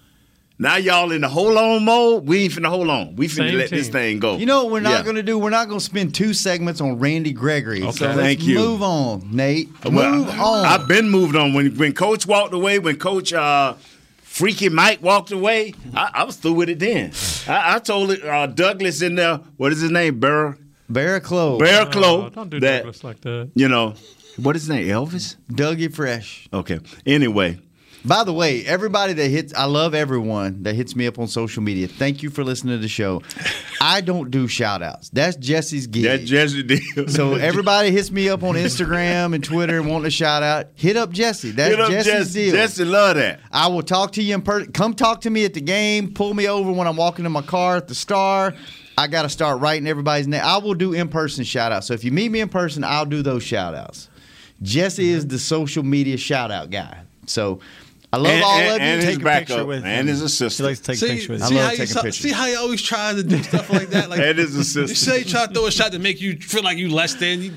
[SPEAKER 1] Now y'all in the hold on mode. We ain't finna hold on. We finna
[SPEAKER 2] Same
[SPEAKER 1] let this
[SPEAKER 2] team.
[SPEAKER 1] thing go.
[SPEAKER 2] You know what we're not
[SPEAKER 1] Yeah.
[SPEAKER 2] going to do? We're not going to spend two segments on Randy Gregory.
[SPEAKER 1] Okay.
[SPEAKER 2] So let's
[SPEAKER 1] Thank you.
[SPEAKER 2] Move on, Nate.
[SPEAKER 1] Well,
[SPEAKER 2] move on.
[SPEAKER 1] I've been moved on. When when Coach walked away, when Coach uh, Freaky Mike walked away, I, I was through with it then. I, I told it, uh, Douglas in there, what is his name? Bear?
[SPEAKER 2] Bear Close.
[SPEAKER 1] Bear
[SPEAKER 6] Oh,
[SPEAKER 1] Close.
[SPEAKER 6] don't do
[SPEAKER 1] that,
[SPEAKER 6] Douglas like that.
[SPEAKER 1] You know, what is his name? Elvis?
[SPEAKER 2] Dougie Fresh.
[SPEAKER 1] Okay. Anyway.
[SPEAKER 2] By the way, everybody that hits, I love everyone that hits me up on social media. Thank you for listening to the show. I don't do shout outs. That's Jesse's gig.
[SPEAKER 1] That Jesse did.
[SPEAKER 2] So everybody hits me up on Instagram and Twitter and want a shout out. Hit up Jesse. That's
[SPEAKER 1] Hit up
[SPEAKER 2] Jesse's
[SPEAKER 1] Jesse.
[SPEAKER 2] deal.
[SPEAKER 1] Jesse love that.
[SPEAKER 2] I will talk to you in person. Come talk to me at the game. Pull me over when I'm walking in my car at the star. I got to start writing everybody's name. I will do in person shout outs. So if you meet me in person, I'll do those shout outs. Jesse is the social media shout out guy. So I love
[SPEAKER 1] And-
[SPEAKER 2] all
[SPEAKER 1] and-
[SPEAKER 2] of you.
[SPEAKER 1] and his
[SPEAKER 2] Take a
[SPEAKER 1] backup,
[SPEAKER 2] picture with
[SPEAKER 1] and
[SPEAKER 2] him.
[SPEAKER 1] his assistant. He likes to take
[SPEAKER 5] See,
[SPEAKER 2] I
[SPEAKER 5] see how
[SPEAKER 2] love
[SPEAKER 5] you
[SPEAKER 2] taking
[SPEAKER 5] so-
[SPEAKER 2] pictures.
[SPEAKER 5] see how he always tries to do stuff like that. Like
[SPEAKER 1] And his
[SPEAKER 5] You
[SPEAKER 1] assistant.
[SPEAKER 5] say you try to throw a shot to make you feel like you less than. You,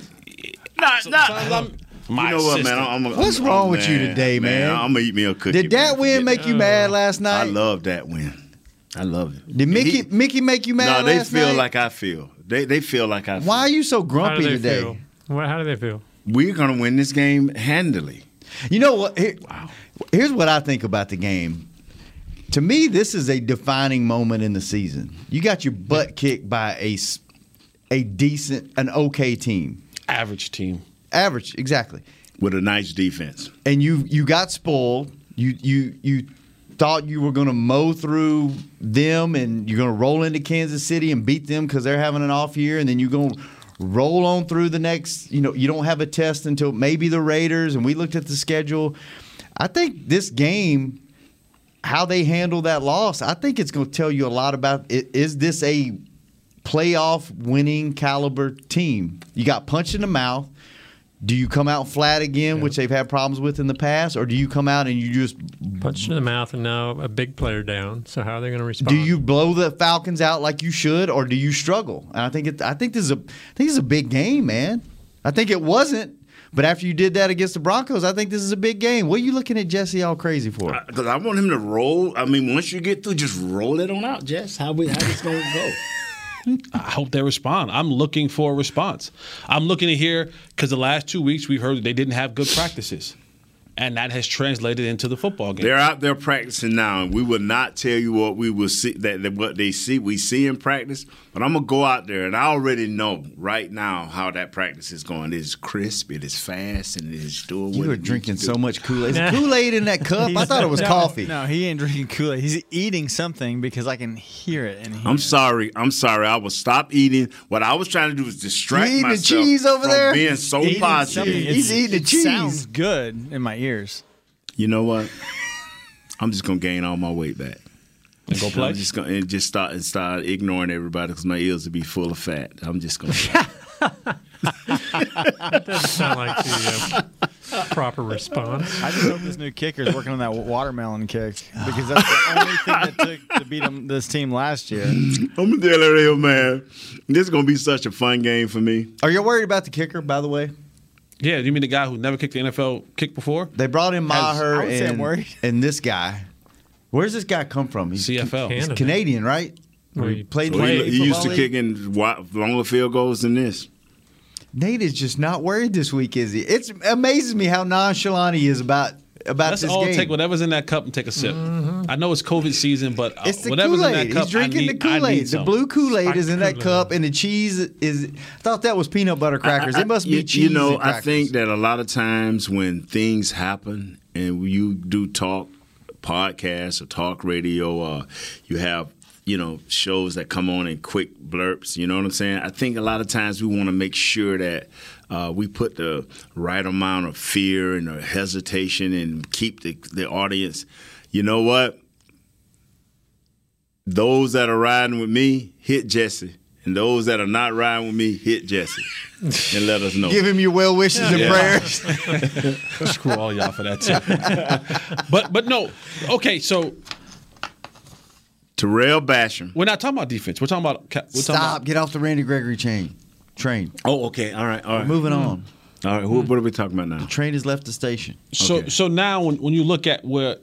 [SPEAKER 1] Not,
[SPEAKER 5] sometimes I'm-
[SPEAKER 1] you know what, man?
[SPEAKER 5] assistant.
[SPEAKER 1] I'm, I'm,
[SPEAKER 2] What's
[SPEAKER 1] I'm-
[SPEAKER 2] wrong with you
[SPEAKER 1] man,
[SPEAKER 2] today, man?
[SPEAKER 1] I'm gonna eat me a cookie.
[SPEAKER 2] Did that
[SPEAKER 1] man.
[SPEAKER 2] win make you mad last night?
[SPEAKER 1] I love that win. I love it.
[SPEAKER 2] Did Mickey Mickey make you
[SPEAKER 1] No,
[SPEAKER 2] mad?
[SPEAKER 1] they
[SPEAKER 2] last
[SPEAKER 1] feel
[SPEAKER 2] night?
[SPEAKER 1] like I feel. They they feel like I. feel.
[SPEAKER 2] Why are you so
[SPEAKER 1] How do
[SPEAKER 2] grumpy
[SPEAKER 1] they
[SPEAKER 2] today?
[SPEAKER 1] feel?
[SPEAKER 6] How do they feel?
[SPEAKER 1] We're gonna win this game handily.
[SPEAKER 2] You know what? Here- Here's what I think about the game. To me, this is a defining moment in the season. You got your butt kicked by a s- a decent, an okay team,
[SPEAKER 5] average team,
[SPEAKER 2] average, exactly,
[SPEAKER 1] with a nice defense.
[SPEAKER 2] And you you got spoiled. You you you thought you were going to mow through them, and you're going to roll into Kansas City and beat them because they're having an off year, and then you're going. to Roll on through the next, you know, you don't have a test until maybe the Raiders, and we looked at the schedule. I think this game how they handle that loss, I think it's going to tell you a lot about i- is this a playoff winning caliber team? You got punched in the mouth. Do you come out flat again, which they've had problems with in the past, or do you come out and you just
[SPEAKER 6] punch in the mouth and now a big player down? So how are they going to respond?
[SPEAKER 2] do you blow the Falcons out like you should, or do you struggle? And I think it, I think this is a I think this is a big game, man. I think it wasn't, but after you did that against the Broncos, I think this is a big game. What are you looking at Jesse all crazy for?
[SPEAKER 1] Because I want him to roll. I mean, once you get through, just roll it on out, Jess. How we how it's gonna go?
[SPEAKER 5] I hope they respond. I'm looking for a response. I'm looking to hear because the last two weeks we've heard they didn't have good practices, and that has translated into the football game.
[SPEAKER 1] They're out there practicing now, and we will not tell you what we will see that, that what they see we see in practice. But I'm gonna go out there, and I already know right now how that practice is going. It is crisp, it is fast, and it is doing.
[SPEAKER 2] You
[SPEAKER 1] what
[SPEAKER 2] are
[SPEAKER 1] it needs
[SPEAKER 2] drinking
[SPEAKER 1] to
[SPEAKER 2] so
[SPEAKER 1] do.
[SPEAKER 2] much Kool Aid. Is Kool Aid in that cup? I thought it was
[SPEAKER 12] No,
[SPEAKER 2] coffee.
[SPEAKER 12] No, he ain't drinking Kool Aid. He's eating something because I can hear it. And he,
[SPEAKER 1] I'm sorry. I'm sorry. I will stop eating. What I was trying to do was distract
[SPEAKER 12] You eating the
[SPEAKER 1] myself
[SPEAKER 12] cheese over
[SPEAKER 1] from
[SPEAKER 12] there?
[SPEAKER 1] being so
[SPEAKER 12] Eating
[SPEAKER 1] positive.
[SPEAKER 12] something. He's It's- eating the it cheese. sounds
[SPEAKER 1] good in my ears. You know what? I'm just gonna gain all my weight back.
[SPEAKER 5] And go play?
[SPEAKER 1] I'm just gonna and just start and start ignoring everybody because my ears will be full of fat. I'm just gonna.
[SPEAKER 6] That doesn't sound like the uh, proper response.
[SPEAKER 12] I just hope this new kicker is working on that watermelon kick because that's the only thing that took to beat him this team last year.
[SPEAKER 1] I'm a dealer real man. This is gonna be such a fun game for me.
[SPEAKER 2] Are you worried about the kicker, by the way?
[SPEAKER 5] Yeah, you mean the guy who never kicked the NFL kick before?
[SPEAKER 2] They brought in Maher
[SPEAKER 5] I would say I'm
[SPEAKER 2] and,
[SPEAKER 5] worried.
[SPEAKER 2] and this guy. Where's this guy come from? He's
[SPEAKER 5] CFL.
[SPEAKER 2] He's
[SPEAKER 5] Canada.
[SPEAKER 2] Canadian, right? Or he played
[SPEAKER 1] So you,
[SPEAKER 2] in the
[SPEAKER 1] you used to
[SPEAKER 2] football league?
[SPEAKER 1] kicking wi- longer field goals than this.
[SPEAKER 2] Nate is just not worried this week, is he? It's, it amazes me how nonchalant he is about about
[SPEAKER 5] Let's
[SPEAKER 2] this
[SPEAKER 5] all
[SPEAKER 2] game. Mm-hmm.
[SPEAKER 5] take whatever's in that cup and take a sip. I know it's COVID season, but uh,
[SPEAKER 2] it's the
[SPEAKER 5] whatever's
[SPEAKER 2] Kool
[SPEAKER 5] in
[SPEAKER 2] Aid.
[SPEAKER 5] that cup,
[SPEAKER 2] He's drinking
[SPEAKER 5] I need,
[SPEAKER 2] the Kool
[SPEAKER 5] I need
[SPEAKER 2] Aid. The
[SPEAKER 5] some.
[SPEAKER 2] blue Kool Aid
[SPEAKER 5] Spiked
[SPEAKER 2] is in that
[SPEAKER 5] Kool-Aid.
[SPEAKER 2] cup, and the cheese is. I thought that was peanut butter crackers.
[SPEAKER 1] I- I-
[SPEAKER 2] it must be
[SPEAKER 1] you,
[SPEAKER 2] cheese.
[SPEAKER 1] You know,
[SPEAKER 2] and
[SPEAKER 1] I
[SPEAKER 2] crackers.
[SPEAKER 1] think that a lot of times when things happen and you do talk podcasts or talk radio, uh, you have you know shows that come on in quick blurps. You know what I'm saying? I think a lot of times we want to make sure that. Uh, we put the right amount of fear and the hesitation and keep the, the audience. You know what? Those that are riding with me, hit Jesse. And those that are not riding with me, hit Jesse. And let us know.
[SPEAKER 2] Give him your well wishes and
[SPEAKER 1] Yeah.
[SPEAKER 2] prayers.
[SPEAKER 5] Screw all y'all for that too. but but no, okay. So
[SPEAKER 1] Terrell Basham.
[SPEAKER 5] We're not talking about defense. We're talking about. We're
[SPEAKER 2] Stop. Get off the Randy Gregory chain. Train.
[SPEAKER 1] Oh, okay. All right. All right.
[SPEAKER 2] Moving on.
[SPEAKER 1] All right. Who, what are we talking about now? The
[SPEAKER 2] train has left the station.
[SPEAKER 5] So so now when, when you look at where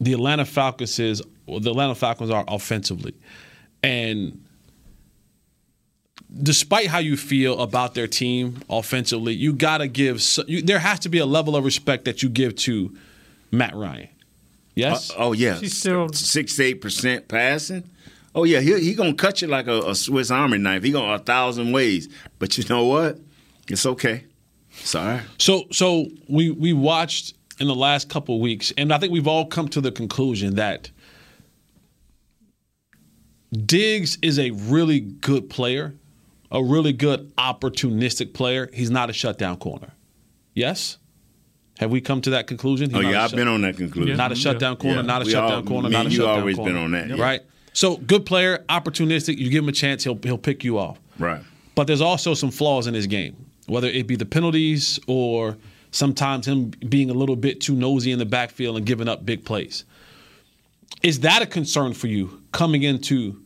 [SPEAKER 5] the Atlanta Falcons is, well, the Atlanta Falcons are offensively, and despite how you feel about their team offensively, you gotta give. so- You, there has to be a level of respect that you give to Matt Ryan. Yes.
[SPEAKER 1] Uh, oh yeah.
[SPEAKER 5] She's
[SPEAKER 1] sixty-eight percent passing. Oh yeah. He he gonna cut you like a, a Swiss Army knife. He gonna a thousand ways. But you know what? It's okay. It's all right.
[SPEAKER 5] So so we we watched in the last couple weeks, and I think we've all come to the conclusion that Diggs is a really good player, a really good opportunistic player. He's not a shutdown corner. Yes. Have we come to that conclusion? He's
[SPEAKER 1] Oh
[SPEAKER 5] not a
[SPEAKER 1] yeah. I've
[SPEAKER 5] shut-
[SPEAKER 1] been on that conclusion.
[SPEAKER 5] Not a shutdown corner.
[SPEAKER 1] Yeah.
[SPEAKER 5] Not a
[SPEAKER 1] We all-
[SPEAKER 5] shutdown corner.
[SPEAKER 1] me
[SPEAKER 5] Not a
[SPEAKER 1] and you
[SPEAKER 5] shutdown
[SPEAKER 1] always
[SPEAKER 5] corner.
[SPEAKER 1] been on that. yeah.
[SPEAKER 5] Right. So good player, opportunistic. You give him a chance, he'll he'll pick you off.
[SPEAKER 1] Right.
[SPEAKER 5] But there's also some flaws in his game, whether it be the penalties or sometimes him being a little bit too nosy in the backfield and giving up big plays. Is that a concern for you coming into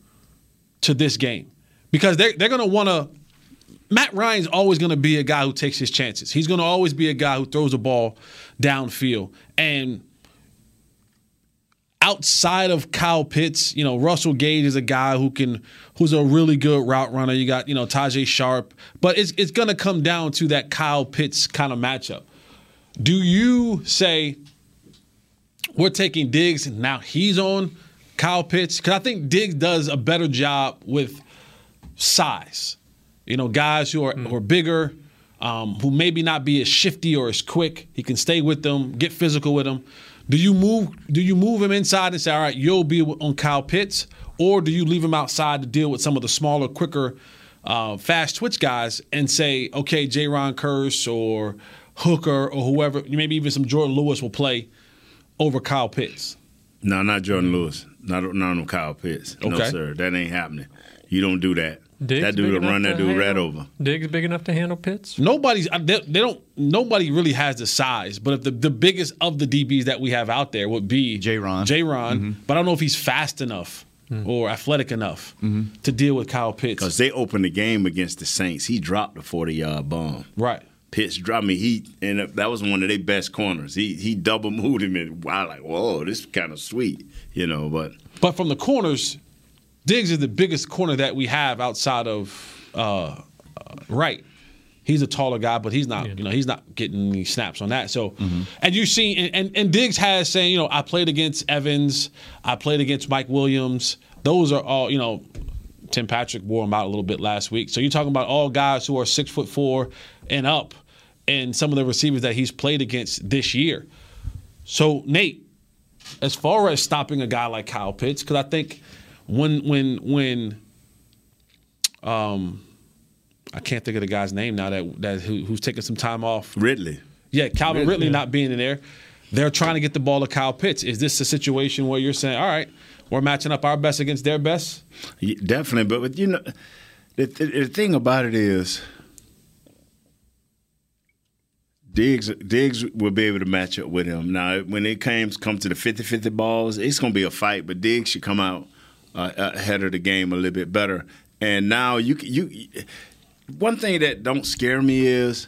[SPEAKER 5] to this game? Because they're they're gonna wanna Matt Ryan's always going to be a guy who takes his chances. He's going to always be a guy who throws the ball downfield. And outside of Kyle Pitts, you know, Russell Gage is a guy who can who's a really good route runner. You got, you know, Tajay Sharp. But it's it's gonna come down to that Kyle Pitts kind of matchup. Do you say we're taking Diggs and now he's on Kyle Pitts? Because I think Diggs does a better job with size. You know, guys who are, who are bigger, um, who maybe not be as shifty or as quick. He can stay with them, get physical with them. Do you move? Do you move him inside and say, "All right, you'll be on Kyle Pitts," or do you leave him outside to deal with some of the smaller, quicker, uh, fast twitch guys and say, "Okay, J. Ron Curse or Hooker or whoever, maybe even some Jordan Lewis will play over Kyle Pitts."
[SPEAKER 1] No, not Jordan Lewis. Not not on Kyle Pitts. No,
[SPEAKER 6] Okay.
[SPEAKER 1] sir. That ain't happening. You don't do that.
[SPEAKER 6] Diggs
[SPEAKER 1] that dude
[SPEAKER 6] big
[SPEAKER 1] will
[SPEAKER 6] enough
[SPEAKER 1] run that
[SPEAKER 6] to
[SPEAKER 1] dude right
[SPEAKER 6] handle-
[SPEAKER 1] over.
[SPEAKER 6] Diggs big enough to handle Pitts?
[SPEAKER 5] Nobody's uh, they, they don't nobody really has the size, but if the, the biggest of the DBs that we have out there would be J Ron. J Ron, but I don't know if he's fast enough or athletic enough to deal with Kyle Pitts.
[SPEAKER 1] Because they opened the game against the Saints. He dropped a 40 yard bomb.
[SPEAKER 5] Right.
[SPEAKER 1] Pitts dropped me. He and that was one of their best corners. He he double moved him and wow, like, whoa, this is kind of sweet. You know, but
[SPEAKER 5] But from the corners, Diggs is the biggest corner that we have outside of uh, uh, Wright. He's a taller guy, but he's not. You know, he's not getting any snaps on that. So, and you see, and, and and Diggs has saying, you know, I played against Evans, I played against Mike Williams. Those are all, you know, Tim Patrick wore him out a little bit last week. So you're talking about all guys who are six foot four and up, and some of the receivers that he's played against this year. So Nate, as far as stopping a guy like Kyle Pitts, because I think when when when um I can't think of the guy's name now that that who, who's taking some time off.
[SPEAKER 1] Ridley.
[SPEAKER 5] Yeah, Calvin
[SPEAKER 1] Ridley.
[SPEAKER 5] Ridley, not being in there. They're trying to get the ball to Kyle Pitts. Is this a situation where you're saying, all right, we're matching up our best against their best?
[SPEAKER 1] Yeah, definitely. But, but you know, the, the, the thing about it is, Diggs Diggs will be able to match up with him. Now, when it comes come to the 50-50 balls, it's going to be a fight. But Diggs should come out uh, ahead of the game a little bit better. And now you c- you. One thing that don't scare me is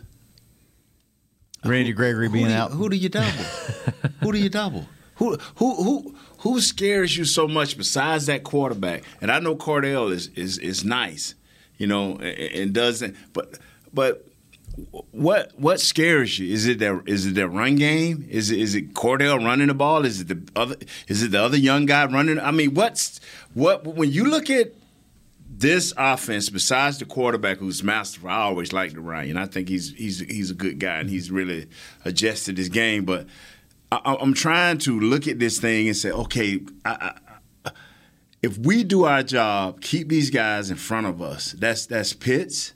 [SPEAKER 2] Randy Gregory being
[SPEAKER 1] who do you-
[SPEAKER 2] out.
[SPEAKER 1] who do you double? who do you double? Who who who who scares you so much besides that quarterback? And I know Cordell is is is nice, you know, and, and doesn't. But but what what scares you? Is it their is it their run game? Is it, is it Cordell running the ball? Is it the other is it the other young guy running? I mean, what's what when you look at this offense, besides the quarterback who's masterful, I always liked Ryan. I think he's he's he's a good guy and he's really adjusted his game. But I- I, I'm trying to look at this thing and say, okay, I, I, if we do our job, keep these guys in front of us. That's that's Pitts,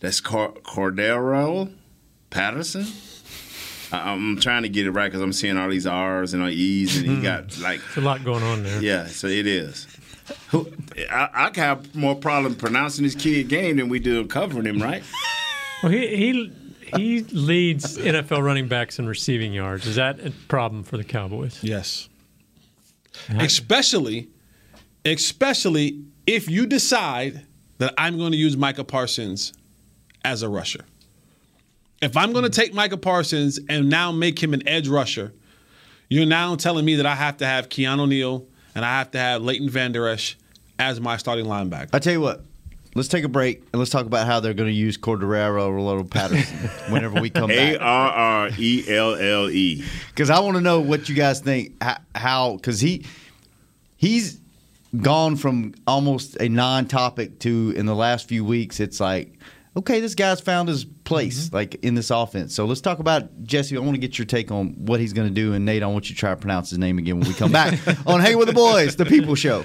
[SPEAKER 1] that's Car- Cordero, Patterson. I, I'm trying to get it right because I'm seeing all these R's and all E's, and he got like
[SPEAKER 6] There's a lot going on there.
[SPEAKER 1] yeah, so it is. Who, I, I have more problem pronouncing this kid game than we do covering him, right?
[SPEAKER 6] Well, he he he leads NFL running backs in receiving yards. Is that a problem for the Cowboys?
[SPEAKER 5] Yes. Especially, especially if you decide that I'm going to use Micah Parsons as a rusher. If I'm going to take Micah Parsons and now make him an edge rusher, you're now telling me that I have to have Keanu Neal and I have to have Leighton Van Der Esch as my starting linebacker.
[SPEAKER 2] I tell you what, let's take a break and let's talk about how they're going to use Cordero or Little Patterson whenever we come
[SPEAKER 1] A
[SPEAKER 2] back.
[SPEAKER 1] R R E L L E.
[SPEAKER 2] Because I want to know what you guys think. h- How? Because he he's gone from almost a non-topic to in the last few weeks, it's like. Okay, this guy's found his place,
[SPEAKER 1] Mm-hmm.
[SPEAKER 2] like in this offense. So let's talk about Jesse. I want to get your take on what he's going to do, and Nate, I want you to try to pronounce his name again when we come back on Hey with the Boys, the People Show.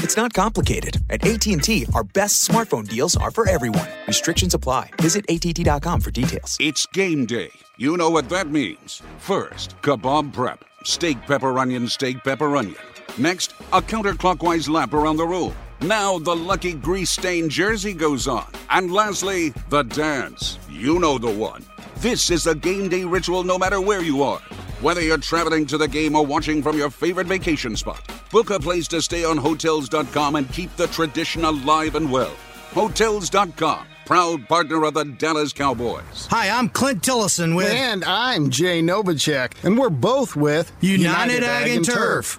[SPEAKER 8] It's not complicated. At AT&T, our best smartphone deals are for everyone. Restrictions apply. Visit att.com for details.
[SPEAKER 10] It's game day. You know what that means. First, kebab prep. Steak, pepper, onion, steak, pepper, onion. Next, a counterclockwise lap around the room. Now, the lucky grease stained jersey goes on. And lastly, the dance. You know the one. This is a game day ritual no matter where you are. Whether you're traveling to the game or watching from your favorite vacation spot, book a place to stay on Hotels.com and keep the tradition alive and well. Hotels.com, proud partner of the Dallas Cowboys.
[SPEAKER 13] Hi, I'm Clint Tillison with. And I'm Jay Novacek. And we're both with
[SPEAKER 10] United Ag and Turf.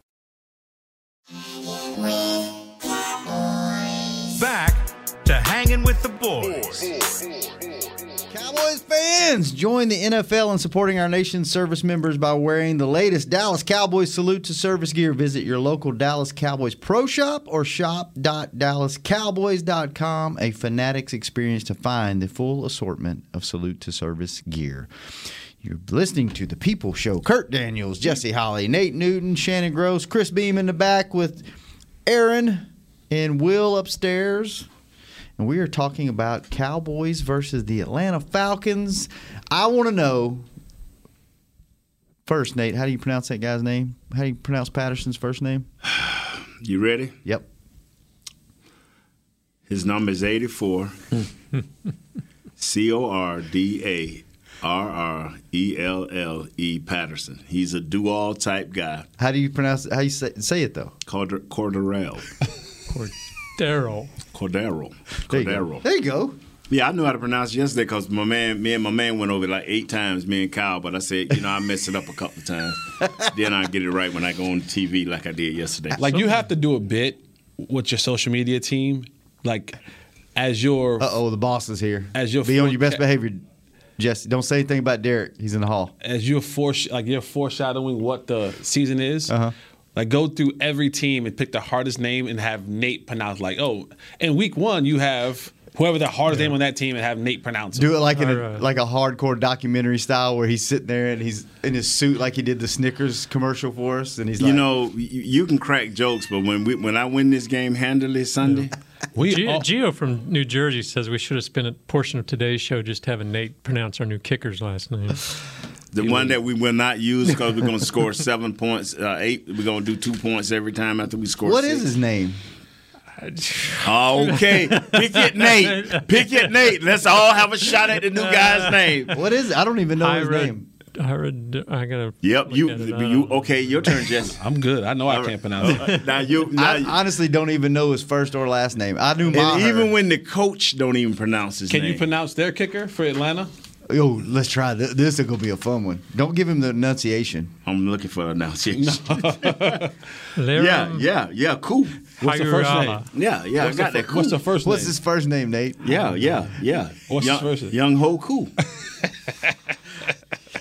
[SPEAKER 9] Back to hanging with the boys.
[SPEAKER 2] Cowboys fans, join the NFL in supporting our nation's service members by wearing the latest Dallas Cowboys salute to service gear. Visit your local Dallas Cowboys pro shop or shop.dallascowboys.com, a fanatics experience to find the full assortment of salute to service gear. You're listening to The People Show. Kurt Daniels, Jesse Holly, Nate Newton, Shannon Gross, Chris Beam in the back with Aaron and Will upstairs and we are talking about Cowboys versus the Atlanta Falcons. I want to know first, Nate, how do you pronounce that guy's name? How do you pronounce Patterson's first name?
[SPEAKER 1] You ready?
[SPEAKER 2] Yep.
[SPEAKER 1] His number is 84 C O R D A R R E L L E Patterson. He's a do all type guy.
[SPEAKER 2] How do you pronounce it? How you say, say it though?
[SPEAKER 1] Corder- Corderell.
[SPEAKER 6] Daryl.
[SPEAKER 1] Cordero.
[SPEAKER 2] There you go.
[SPEAKER 1] Cordero.
[SPEAKER 2] There you go.
[SPEAKER 1] Yeah, I knew how to pronounce it yesterday because my man, me and my man went over it like eight times, me and Kyle. But I said, you know, I messed it up a couple times. then I get it right when I go on TV like I did yesterday.
[SPEAKER 5] Like you have to do a bit with your social media team, like as your
[SPEAKER 2] Uh oh, the boss is here.
[SPEAKER 5] As your
[SPEAKER 2] be on your best
[SPEAKER 5] foreca-
[SPEAKER 2] behavior, Jesse. Don't say anything about Derek. He's in the hall.
[SPEAKER 5] as you're foresh- like you're foreshadowing what the season is.
[SPEAKER 2] Uh-huh.
[SPEAKER 5] Like go through every team and pick the hardest name and have Nate pronounce like oh in week one you have whoever the hardest name on that team and have Nate pronounce
[SPEAKER 2] Do it like in a, like a hardcore documentary style where he's sitting there and he's in his suit like he did the Snickers commercial for us, and he's
[SPEAKER 1] you
[SPEAKER 2] like,
[SPEAKER 1] know, y- you can crack jokes, but when we, when I win this game handily Sunday,
[SPEAKER 6] Gio, Gio from New Jersey says we should have spent a portion of today's show just having Nate pronounce our new kicker's last name.
[SPEAKER 1] the one that we will not use because we're going to score seven points, uh, eight. We're going to do two points every time after we score. What
[SPEAKER 2] What is
[SPEAKER 1] is
[SPEAKER 2] his name?
[SPEAKER 1] Okay, pick it, Nate. Pick it, Nate. Let's all have a shot at the new guy's name.
[SPEAKER 2] What is it? I don't even know his
[SPEAKER 6] Ira-
[SPEAKER 2] name.
[SPEAKER 6] Ira D- I gotta.
[SPEAKER 1] Yep, you,
[SPEAKER 6] at it, uh,
[SPEAKER 1] you okay? Your turn, Jess.
[SPEAKER 5] I'm good. I know I can't pronounce
[SPEAKER 1] it. now you, now
[SPEAKER 2] I
[SPEAKER 1] you-
[SPEAKER 2] honestly don't even know his first or last name. I knew my.
[SPEAKER 1] and even when the coach don't even pronounce his
[SPEAKER 5] Can
[SPEAKER 1] name.
[SPEAKER 5] you pronounce their kicker for Atlanta?
[SPEAKER 2] Yo, let's try this. This is gonna be a fun one. Don't give him the enunciation.
[SPEAKER 1] I'm looking for the enunciation.
[SPEAKER 2] Laram-
[SPEAKER 1] yeah, yeah, yeah. Cool.
[SPEAKER 2] What's the first Hairala. name?
[SPEAKER 1] Yeah, yeah.
[SPEAKER 2] What's
[SPEAKER 1] I
[SPEAKER 2] the
[SPEAKER 1] got
[SPEAKER 2] fir-
[SPEAKER 1] that. Cool.
[SPEAKER 2] what's the first What's name?
[SPEAKER 1] his
[SPEAKER 2] first name, Nate?
[SPEAKER 1] Yeah, yeah, yeah.
[SPEAKER 5] What's
[SPEAKER 1] young,
[SPEAKER 5] his first name?
[SPEAKER 1] Young Ho Cool.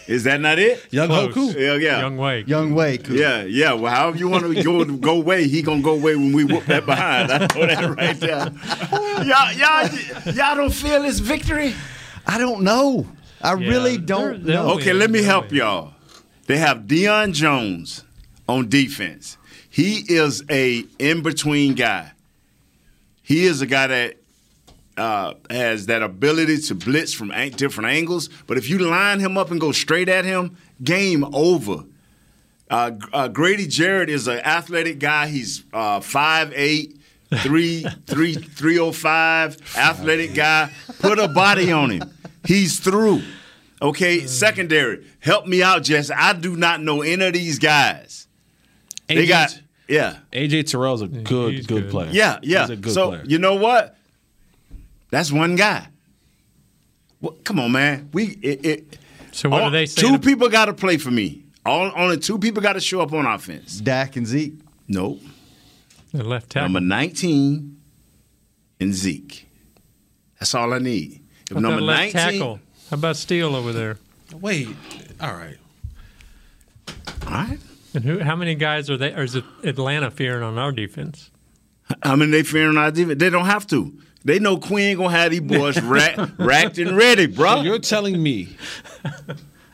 [SPEAKER 1] Is that not it?
[SPEAKER 5] Young
[SPEAKER 1] Ho
[SPEAKER 5] Ho Cool.
[SPEAKER 1] Yeah, Oh, yeah.
[SPEAKER 6] Young Wake.
[SPEAKER 2] Young Wake.
[SPEAKER 1] Yeah, yeah. Well, however you want to go go away, he gonna go away when we whoop that behind. I know that right there. y'all, y'all, y'all don't feel this victory?
[SPEAKER 2] I don't know. I really don't know.
[SPEAKER 1] Okay, let me help y'all. They have Deion Jones on defense. He is a in between guy. He is a guy that uh, has that ability to blitz from an- different angles. But if you line him up and go straight at him, game over. Uh, G- uh, Grady Jarrett is an athletic guy. He's uh, 5'8", 3, 3, 305, athletic guy. Put a body on him. He's through. Okay, secondary. Help me out, Jess. I do not know any of these guys. They got yeah.
[SPEAKER 5] AJ Terrell's a good good, player.
[SPEAKER 1] Yeah, yeah.
[SPEAKER 5] He's a good
[SPEAKER 1] so
[SPEAKER 5] player.
[SPEAKER 1] you know what? That's one guy. Well, come on, man. We it, it
[SPEAKER 6] So what
[SPEAKER 1] all-
[SPEAKER 6] are they
[SPEAKER 1] Oh, Two
[SPEAKER 6] saying?
[SPEAKER 1] people got to play for me. All only two people got to show up on offense.
[SPEAKER 2] Dak and Zeke.
[SPEAKER 1] Nope.
[SPEAKER 6] The left tackle.
[SPEAKER 1] Number 19 and Zeke. That's all I need. If
[SPEAKER 6] How about
[SPEAKER 1] number
[SPEAKER 6] left
[SPEAKER 1] 19
[SPEAKER 6] tackle? How about Steele over there?
[SPEAKER 5] Wait. All right.
[SPEAKER 1] All right.
[SPEAKER 6] And who? How many guys are they? Or is it Atlanta fearing on our defense?
[SPEAKER 1] I mean, they fearing our defense. They don't have to. They know Quinn gonna have these boys ra- racked and ready, bro.
[SPEAKER 5] So you're telling me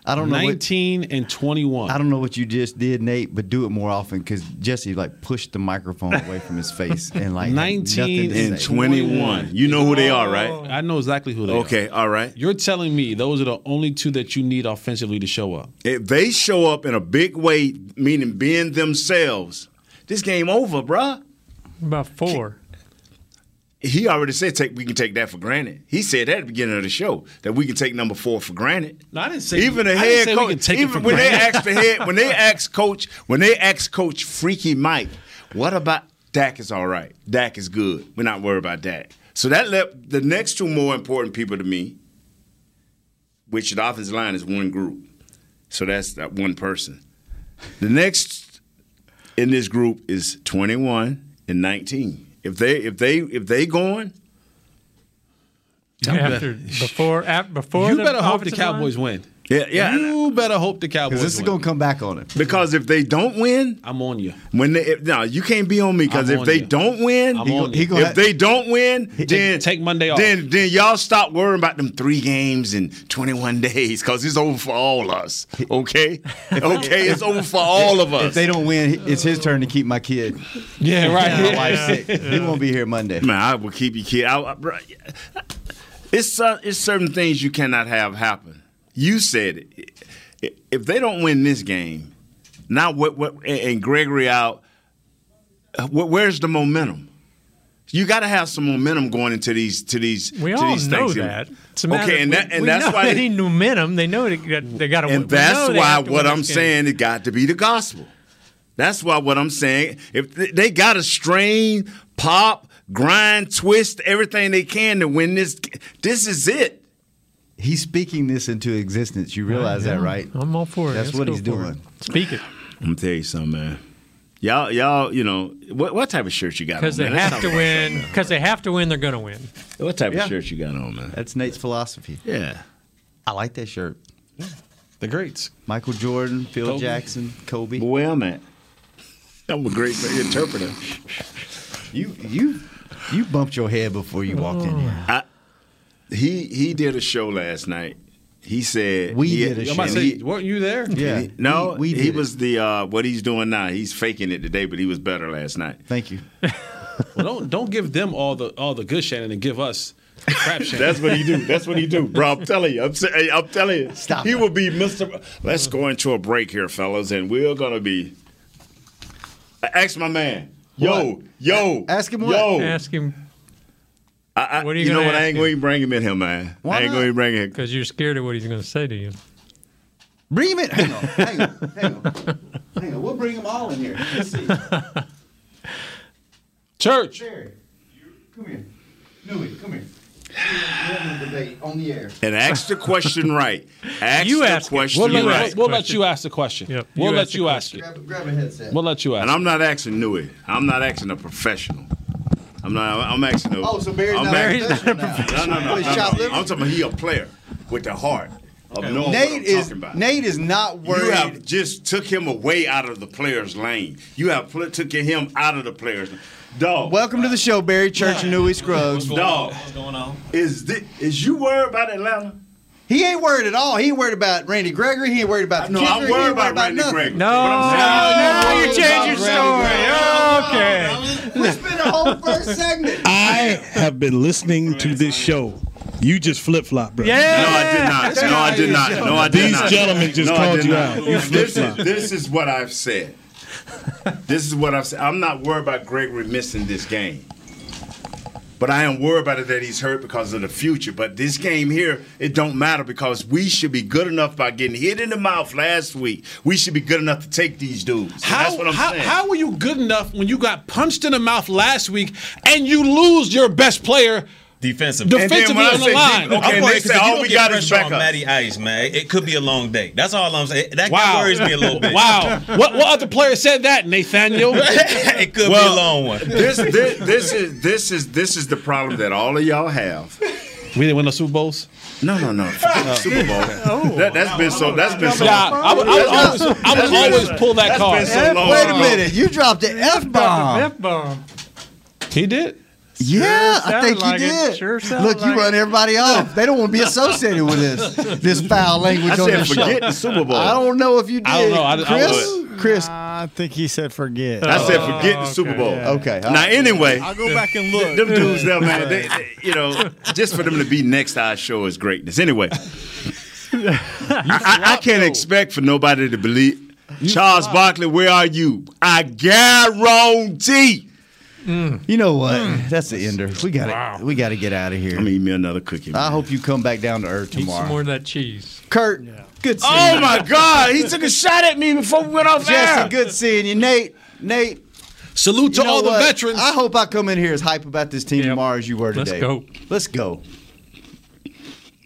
[SPEAKER 2] I don't know. What,
[SPEAKER 5] 19 and 21.
[SPEAKER 2] I don't know what you just did, Nate, but do it more often because Jesse like pushed the microphone away from his face and like had nothing
[SPEAKER 5] 19
[SPEAKER 2] to
[SPEAKER 5] and
[SPEAKER 2] say.
[SPEAKER 1] 21. You know who they are, right?
[SPEAKER 5] I know exactly who they are.
[SPEAKER 1] Okay, all right.
[SPEAKER 5] You're telling me those are the only two that you need offensively to show up.
[SPEAKER 1] If they show up in a big way, meaning being themselves, this game over, bruh.
[SPEAKER 6] About four.
[SPEAKER 1] He already said take, we can take that for granted. He said that at the beginning of the show that we can take number four for granted.
[SPEAKER 5] No, I didn't say
[SPEAKER 1] even
[SPEAKER 5] I
[SPEAKER 1] the
[SPEAKER 5] didn't
[SPEAKER 1] head
[SPEAKER 5] say we
[SPEAKER 1] coach.
[SPEAKER 5] can take it
[SPEAKER 1] even
[SPEAKER 5] for
[SPEAKER 1] when they
[SPEAKER 5] granted.
[SPEAKER 1] asked the head, when they asked coach, when they asked coach Freaky Mike, what about Dak is all right. Dak is good. We're not worried about Dak. So that left the next two more important people to me, which the offensive line is one group. So that's that one person. The next in this group is 21 and 19. If they if they if they going, Tell me
[SPEAKER 6] After before ap- before
[SPEAKER 5] You
[SPEAKER 6] the
[SPEAKER 5] better hope the
[SPEAKER 6] offensive
[SPEAKER 5] Cowboys
[SPEAKER 6] line?
[SPEAKER 5] win.
[SPEAKER 1] yeah, yeah.
[SPEAKER 5] You better hope the Cowboys.
[SPEAKER 2] this is
[SPEAKER 5] win.
[SPEAKER 2] gonna come back on him.
[SPEAKER 1] Because if they don't win,
[SPEAKER 5] I'm on you.
[SPEAKER 1] When they, if, no, you can't be on me because
[SPEAKER 5] I'm
[SPEAKER 1] if
[SPEAKER 5] on
[SPEAKER 1] they
[SPEAKER 5] you.
[SPEAKER 1] don't win,
[SPEAKER 5] I'm He on go- you. he go
[SPEAKER 1] if
[SPEAKER 5] ha-
[SPEAKER 1] they don't win, then
[SPEAKER 5] take Monday off.
[SPEAKER 1] Then then y'all stop worrying about them three games in 21 days because it's over for all us. Okay, okay, it's over for all of
[SPEAKER 2] If
[SPEAKER 1] us.
[SPEAKER 2] they don't win, it's his turn to keep my kid.
[SPEAKER 5] Yeah, right.
[SPEAKER 2] My wife's sick. He won't be here Monday.
[SPEAKER 1] Man, I will keep you kid. I, I- bro, it's uh, it's certain things you cannot have happen. You said it. I- If they don't win this game, now what? What? and- And Gregory out. uh, wh- Where's the momentum? You got to have some momentum going into these to these.
[SPEAKER 6] We
[SPEAKER 1] to
[SPEAKER 6] all
[SPEAKER 1] these
[SPEAKER 6] know
[SPEAKER 1] Thanksgiving.
[SPEAKER 6] that. It's a matter
[SPEAKER 1] Okay,
[SPEAKER 6] of-
[SPEAKER 1] and
[SPEAKER 6] we-
[SPEAKER 1] that and
[SPEAKER 6] we
[SPEAKER 1] that's
[SPEAKER 6] know
[SPEAKER 1] why
[SPEAKER 6] they
[SPEAKER 1] they-
[SPEAKER 6] need momentum. They know they, they got to win.
[SPEAKER 1] and that's why what I'm saying it got to be the gospel. That's why what I'm saying. If th- they got to strain, pop, grind, twist everything they can to win this, g- this is it.
[SPEAKER 2] He's speaking this into existence. You realize that, right?
[SPEAKER 6] I'm all for it.
[SPEAKER 2] That's
[SPEAKER 6] Let's
[SPEAKER 2] what
[SPEAKER 6] go
[SPEAKER 2] he's
[SPEAKER 6] for it.
[SPEAKER 2] doing.
[SPEAKER 6] Speak it.
[SPEAKER 1] I'm gonna tell you something, man. Y'all, y'all, you know what, what type of shirt you got?
[SPEAKER 6] Because
[SPEAKER 1] on,
[SPEAKER 6] they
[SPEAKER 1] man? That
[SPEAKER 6] have to
[SPEAKER 1] sounds-
[SPEAKER 6] win. Because they have to win. They're going to win.
[SPEAKER 1] What type
[SPEAKER 2] Yeah.
[SPEAKER 1] of shirt you got on, man?
[SPEAKER 2] That's Nate's philosophy.
[SPEAKER 1] Yeah,
[SPEAKER 2] I like that shirt.
[SPEAKER 5] The greats.
[SPEAKER 2] Michael Jordan, Phil
[SPEAKER 1] Kobe.
[SPEAKER 2] Jackson, Kobe.
[SPEAKER 1] But where I'm at, I'm a great interpreter.
[SPEAKER 2] You you you bumped your head before you walked in here.
[SPEAKER 1] I, he he did a show last night. He said
[SPEAKER 2] We
[SPEAKER 1] he-
[SPEAKER 2] did a
[SPEAKER 5] I'm about to
[SPEAKER 1] he-
[SPEAKER 5] say, weren't you there?
[SPEAKER 2] Yeah.
[SPEAKER 1] He- no,
[SPEAKER 2] we- we
[SPEAKER 1] he
[SPEAKER 2] did it.
[SPEAKER 1] was the uh, what he's doing now. He's faking it today, but he was better last night.
[SPEAKER 2] Thank you.
[SPEAKER 5] Well, don't don't give them all the all the good Shannon and give us the crap Shannon.
[SPEAKER 1] That's what he do. That's what he do, bro. I'm telling you. I'm, sa- hey, I'm telling you. Stop. He will be Mr. Let's go into a break here, fellas, and we're gonna be. Ask my man. Yo, yo.
[SPEAKER 2] Ask him what?
[SPEAKER 1] Yo.
[SPEAKER 6] Ask him
[SPEAKER 1] I, I,
[SPEAKER 6] what are you
[SPEAKER 1] you know
[SPEAKER 6] gonna
[SPEAKER 1] what? I
[SPEAKER 6] ask
[SPEAKER 1] ain't
[SPEAKER 6] him?
[SPEAKER 1] gonna even bring him in here, man.
[SPEAKER 2] Why
[SPEAKER 1] I ain't
[SPEAKER 2] not?
[SPEAKER 1] gonna even bring him.
[SPEAKER 6] because you're scared of what he's going to say to you.
[SPEAKER 2] Bring him in. Hang on, hang on, hang on. Hang on. We'll bring them all in here. Let's see.
[SPEAKER 5] Church.
[SPEAKER 2] Barry, come here. Newey, come here. We're having a debate on the air.
[SPEAKER 1] And ask the question right. Ask
[SPEAKER 6] You
[SPEAKER 1] the
[SPEAKER 6] ask it.
[SPEAKER 1] question
[SPEAKER 5] We'll, let,
[SPEAKER 1] right.
[SPEAKER 5] we'll, we'll let you ask the question.
[SPEAKER 6] Yep.
[SPEAKER 5] We'll
[SPEAKER 6] You
[SPEAKER 5] let
[SPEAKER 6] ask the
[SPEAKER 5] you ask it.
[SPEAKER 2] Grab, grab a headset.
[SPEAKER 5] We'll let you ask.
[SPEAKER 1] And
[SPEAKER 5] it.
[SPEAKER 1] I'm not asking Nui. I'm not asking a professional. I'm not. I'm asking a.
[SPEAKER 2] Oh, so Barry's
[SPEAKER 1] I'm
[SPEAKER 2] not a
[SPEAKER 1] asking-
[SPEAKER 2] professional
[SPEAKER 1] No, No,
[SPEAKER 2] now.
[SPEAKER 1] no, no.
[SPEAKER 2] He's
[SPEAKER 1] no, no.
[SPEAKER 2] shoplifting.
[SPEAKER 1] I'm talking about he a player with the heart of knowing what I'm
[SPEAKER 2] Nate is
[SPEAKER 1] talking about.
[SPEAKER 2] Nate is not
[SPEAKER 1] you
[SPEAKER 2] worried.
[SPEAKER 1] have just took him away out of the player's lane. You have pl- took him out of the player's lane. Dog.
[SPEAKER 2] Welcome to the show, Barry Church and Newey Scruggs.
[SPEAKER 1] dog. What's going on? Is thi- is you worried about Atlanta?
[SPEAKER 2] He ain't worried at all. He ain't worried about Randy Gregory. He ain't worried about the
[SPEAKER 1] No,
[SPEAKER 2] kicker.
[SPEAKER 1] I'm
[SPEAKER 2] He ain't
[SPEAKER 1] worried about Randy
[SPEAKER 2] nothing.
[SPEAKER 1] Gregory.
[SPEAKER 6] No,
[SPEAKER 1] But I'm
[SPEAKER 6] now
[SPEAKER 1] saying-
[SPEAKER 6] you change your story. Okay.
[SPEAKER 2] We spent a whole first segment.
[SPEAKER 14] I have been listening to this show. You just flip flop, bro.
[SPEAKER 6] Yeah.
[SPEAKER 1] No, I did not. No, I did not. No, I did
[SPEAKER 14] These
[SPEAKER 1] not.
[SPEAKER 14] gentlemen just
[SPEAKER 1] I
[SPEAKER 14] called
[SPEAKER 1] did
[SPEAKER 14] you
[SPEAKER 1] not.
[SPEAKER 14] out. You
[SPEAKER 1] this, is,
[SPEAKER 14] flip-flop.
[SPEAKER 1] this is what I've said. This is what I've said. I'm not worried about Gregory missing this game. But I am worried about it that he's hurt because of the future. But this game here, it don't matter because we should be good enough by getting hit in the mouth last week. We should be good enough to take these dudes. And
[SPEAKER 5] How,
[SPEAKER 1] that's what I'm
[SPEAKER 5] how,
[SPEAKER 1] saying.
[SPEAKER 5] how were you good enough when you got punched in the mouth last week and you lose your best player
[SPEAKER 15] Defensive.
[SPEAKER 5] Defensively on the line.
[SPEAKER 15] Okay,
[SPEAKER 5] I'm
[SPEAKER 15] they
[SPEAKER 5] worried,
[SPEAKER 15] say
[SPEAKER 5] 'cause if you
[SPEAKER 15] all
[SPEAKER 5] don't
[SPEAKER 15] we
[SPEAKER 5] get
[SPEAKER 15] got is
[SPEAKER 5] pressure
[SPEAKER 15] back
[SPEAKER 5] on
[SPEAKER 15] up.
[SPEAKER 5] Matty
[SPEAKER 15] Matty Ice, man. It could be a long day. That's all I'm saying. That
[SPEAKER 5] Wow.
[SPEAKER 15] worries me a little bit.
[SPEAKER 5] Wow. What, what other player said that, Nathaniel?
[SPEAKER 15] it could
[SPEAKER 5] Well,
[SPEAKER 15] be a long one.
[SPEAKER 1] this, this this is this is this is the problem that all of y'all have.
[SPEAKER 5] We didn't win no Super Bowls.
[SPEAKER 1] No, no, no. Super Bowl. That, that's been so. That's been so.
[SPEAKER 5] Yeah, I would- I would always- I would
[SPEAKER 1] that's been-
[SPEAKER 5] always pull that
[SPEAKER 1] that's
[SPEAKER 5] card.
[SPEAKER 1] been so
[SPEAKER 5] Eh,
[SPEAKER 1] long.
[SPEAKER 2] Wait a minute. You dropped the F bomb.
[SPEAKER 5] F bomb. He did.
[SPEAKER 2] Yeah, I
[SPEAKER 5] sounded
[SPEAKER 2] think
[SPEAKER 5] like
[SPEAKER 2] you
[SPEAKER 5] it.
[SPEAKER 2] did.
[SPEAKER 5] Sure sounded
[SPEAKER 2] Look, you
[SPEAKER 5] like
[SPEAKER 2] run
[SPEAKER 5] it.
[SPEAKER 2] everybody off. They don't want to be associated with this this foul language
[SPEAKER 1] I
[SPEAKER 2] on
[SPEAKER 1] said
[SPEAKER 2] the show.
[SPEAKER 1] forget the Super Bowl.
[SPEAKER 2] I don't know if you did.
[SPEAKER 1] I don't know. I- I
[SPEAKER 2] Chris, Chris,
[SPEAKER 12] I think he said forget.
[SPEAKER 1] I said forget the Super Bowl.
[SPEAKER 2] Okay.
[SPEAKER 1] Now anyway,
[SPEAKER 12] I'll go back and look.
[SPEAKER 1] them dudes there, man. They, they- you know, just for them to be next to our show is greatness. Anyway, I, I, I can't expect for nobody to believe. Charles Barkley, where are you? I guarantee.
[SPEAKER 2] You know what? That's the ender. We got to We got to get out of here. I'm
[SPEAKER 1] gonna eat Hmm. me another cookie.
[SPEAKER 2] I hope you come back down to earth
[SPEAKER 6] Eat some
[SPEAKER 2] tomorrow.
[SPEAKER 6] more of that cheese.
[SPEAKER 2] Kurt, good. Seeing
[SPEAKER 1] Oh
[SPEAKER 2] you.
[SPEAKER 1] my God! He took a shot at me before we went off
[SPEAKER 2] Jesse,
[SPEAKER 1] air.
[SPEAKER 2] good seeing you, Nate. Nate.
[SPEAKER 5] Salute
[SPEAKER 2] to all the veterans. I hope I come in here as hype about this team tomorrow as you were
[SPEAKER 6] Let's
[SPEAKER 2] today.
[SPEAKER 6] go.
[SPEAKER 2] Let's go.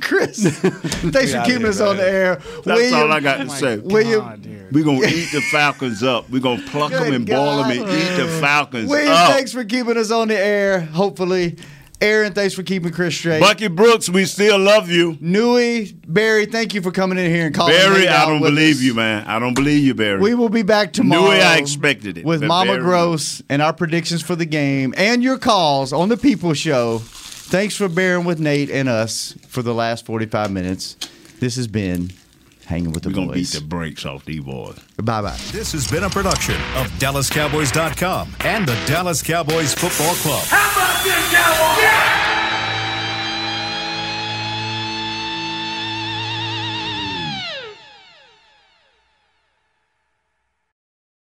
[SPEAKER 2] Chris, thanks for
[SPEAKER 1] outta
[SPEAKER 2] keeping
[SPEAKER 1] here,
[SPEAKER 2] us on the
[SPEAKER 1] man.
[SPEAKER 2] air.
[SPEAKER 1] That's
[SPEAKER 2] William- Oh
[SPEAKER 1] all I got to say.
[SPEAKER 2] William,
[SPEAKER 1] We're going to eat the Falcons up. We're going to pluck them
[SPEAKER 2] Good
[SPEAKER 1] and boil them and
[SPEAKER 2] God.
[SPEAKER 1] eat the Falcons
[SPEAKER 2] William,
[SPEAKER 1] up.
[SPEAKER 2] thanks for keeping us on the air. Hopefully, Aaron, thanks for keeping Chris straight.
[SPEAKER 1] Bucky Brooks, we still love you.
[SPEAKER 2] Newey, Barry, thank you for coming in here and calling.
[SPEAKER 1] Barry,
[SPEAKER 2] Nate
[SPEAKER 1] I
[SPEAKER 2] out
[SPEAKER 1] don't
[SPEAKER 2] with
[SPEAKER 1] believe
[SPEAKER 2] us.
[SPEAKER 1] you, man. I don't believe you, Barry.
[SPEAKER 2] We will be back tomorrow.
[SPEAKER 1] Newey, I expected it.
[SPEAKER 2] with
[SPEAKER 1] but
[SPEAKER 2] Mama
[SPEAKER 1] Barry-
[SPEAKER 2] Gross and our predictions for the game and your calls on the People Show. Thanks for bearing with Nate and us for the last forty-five minutes. This has been hanging with the
[SPEAKER 1] We're going to beat
[SPEAKER 2] boys.
[SPEAKER 1] the brakes off these boys.
[SPEAKER 2] Bye bye.
[SPEAKER 16] This has been a production of DallasCowboys.com and the Dallas Cowboys Football Club.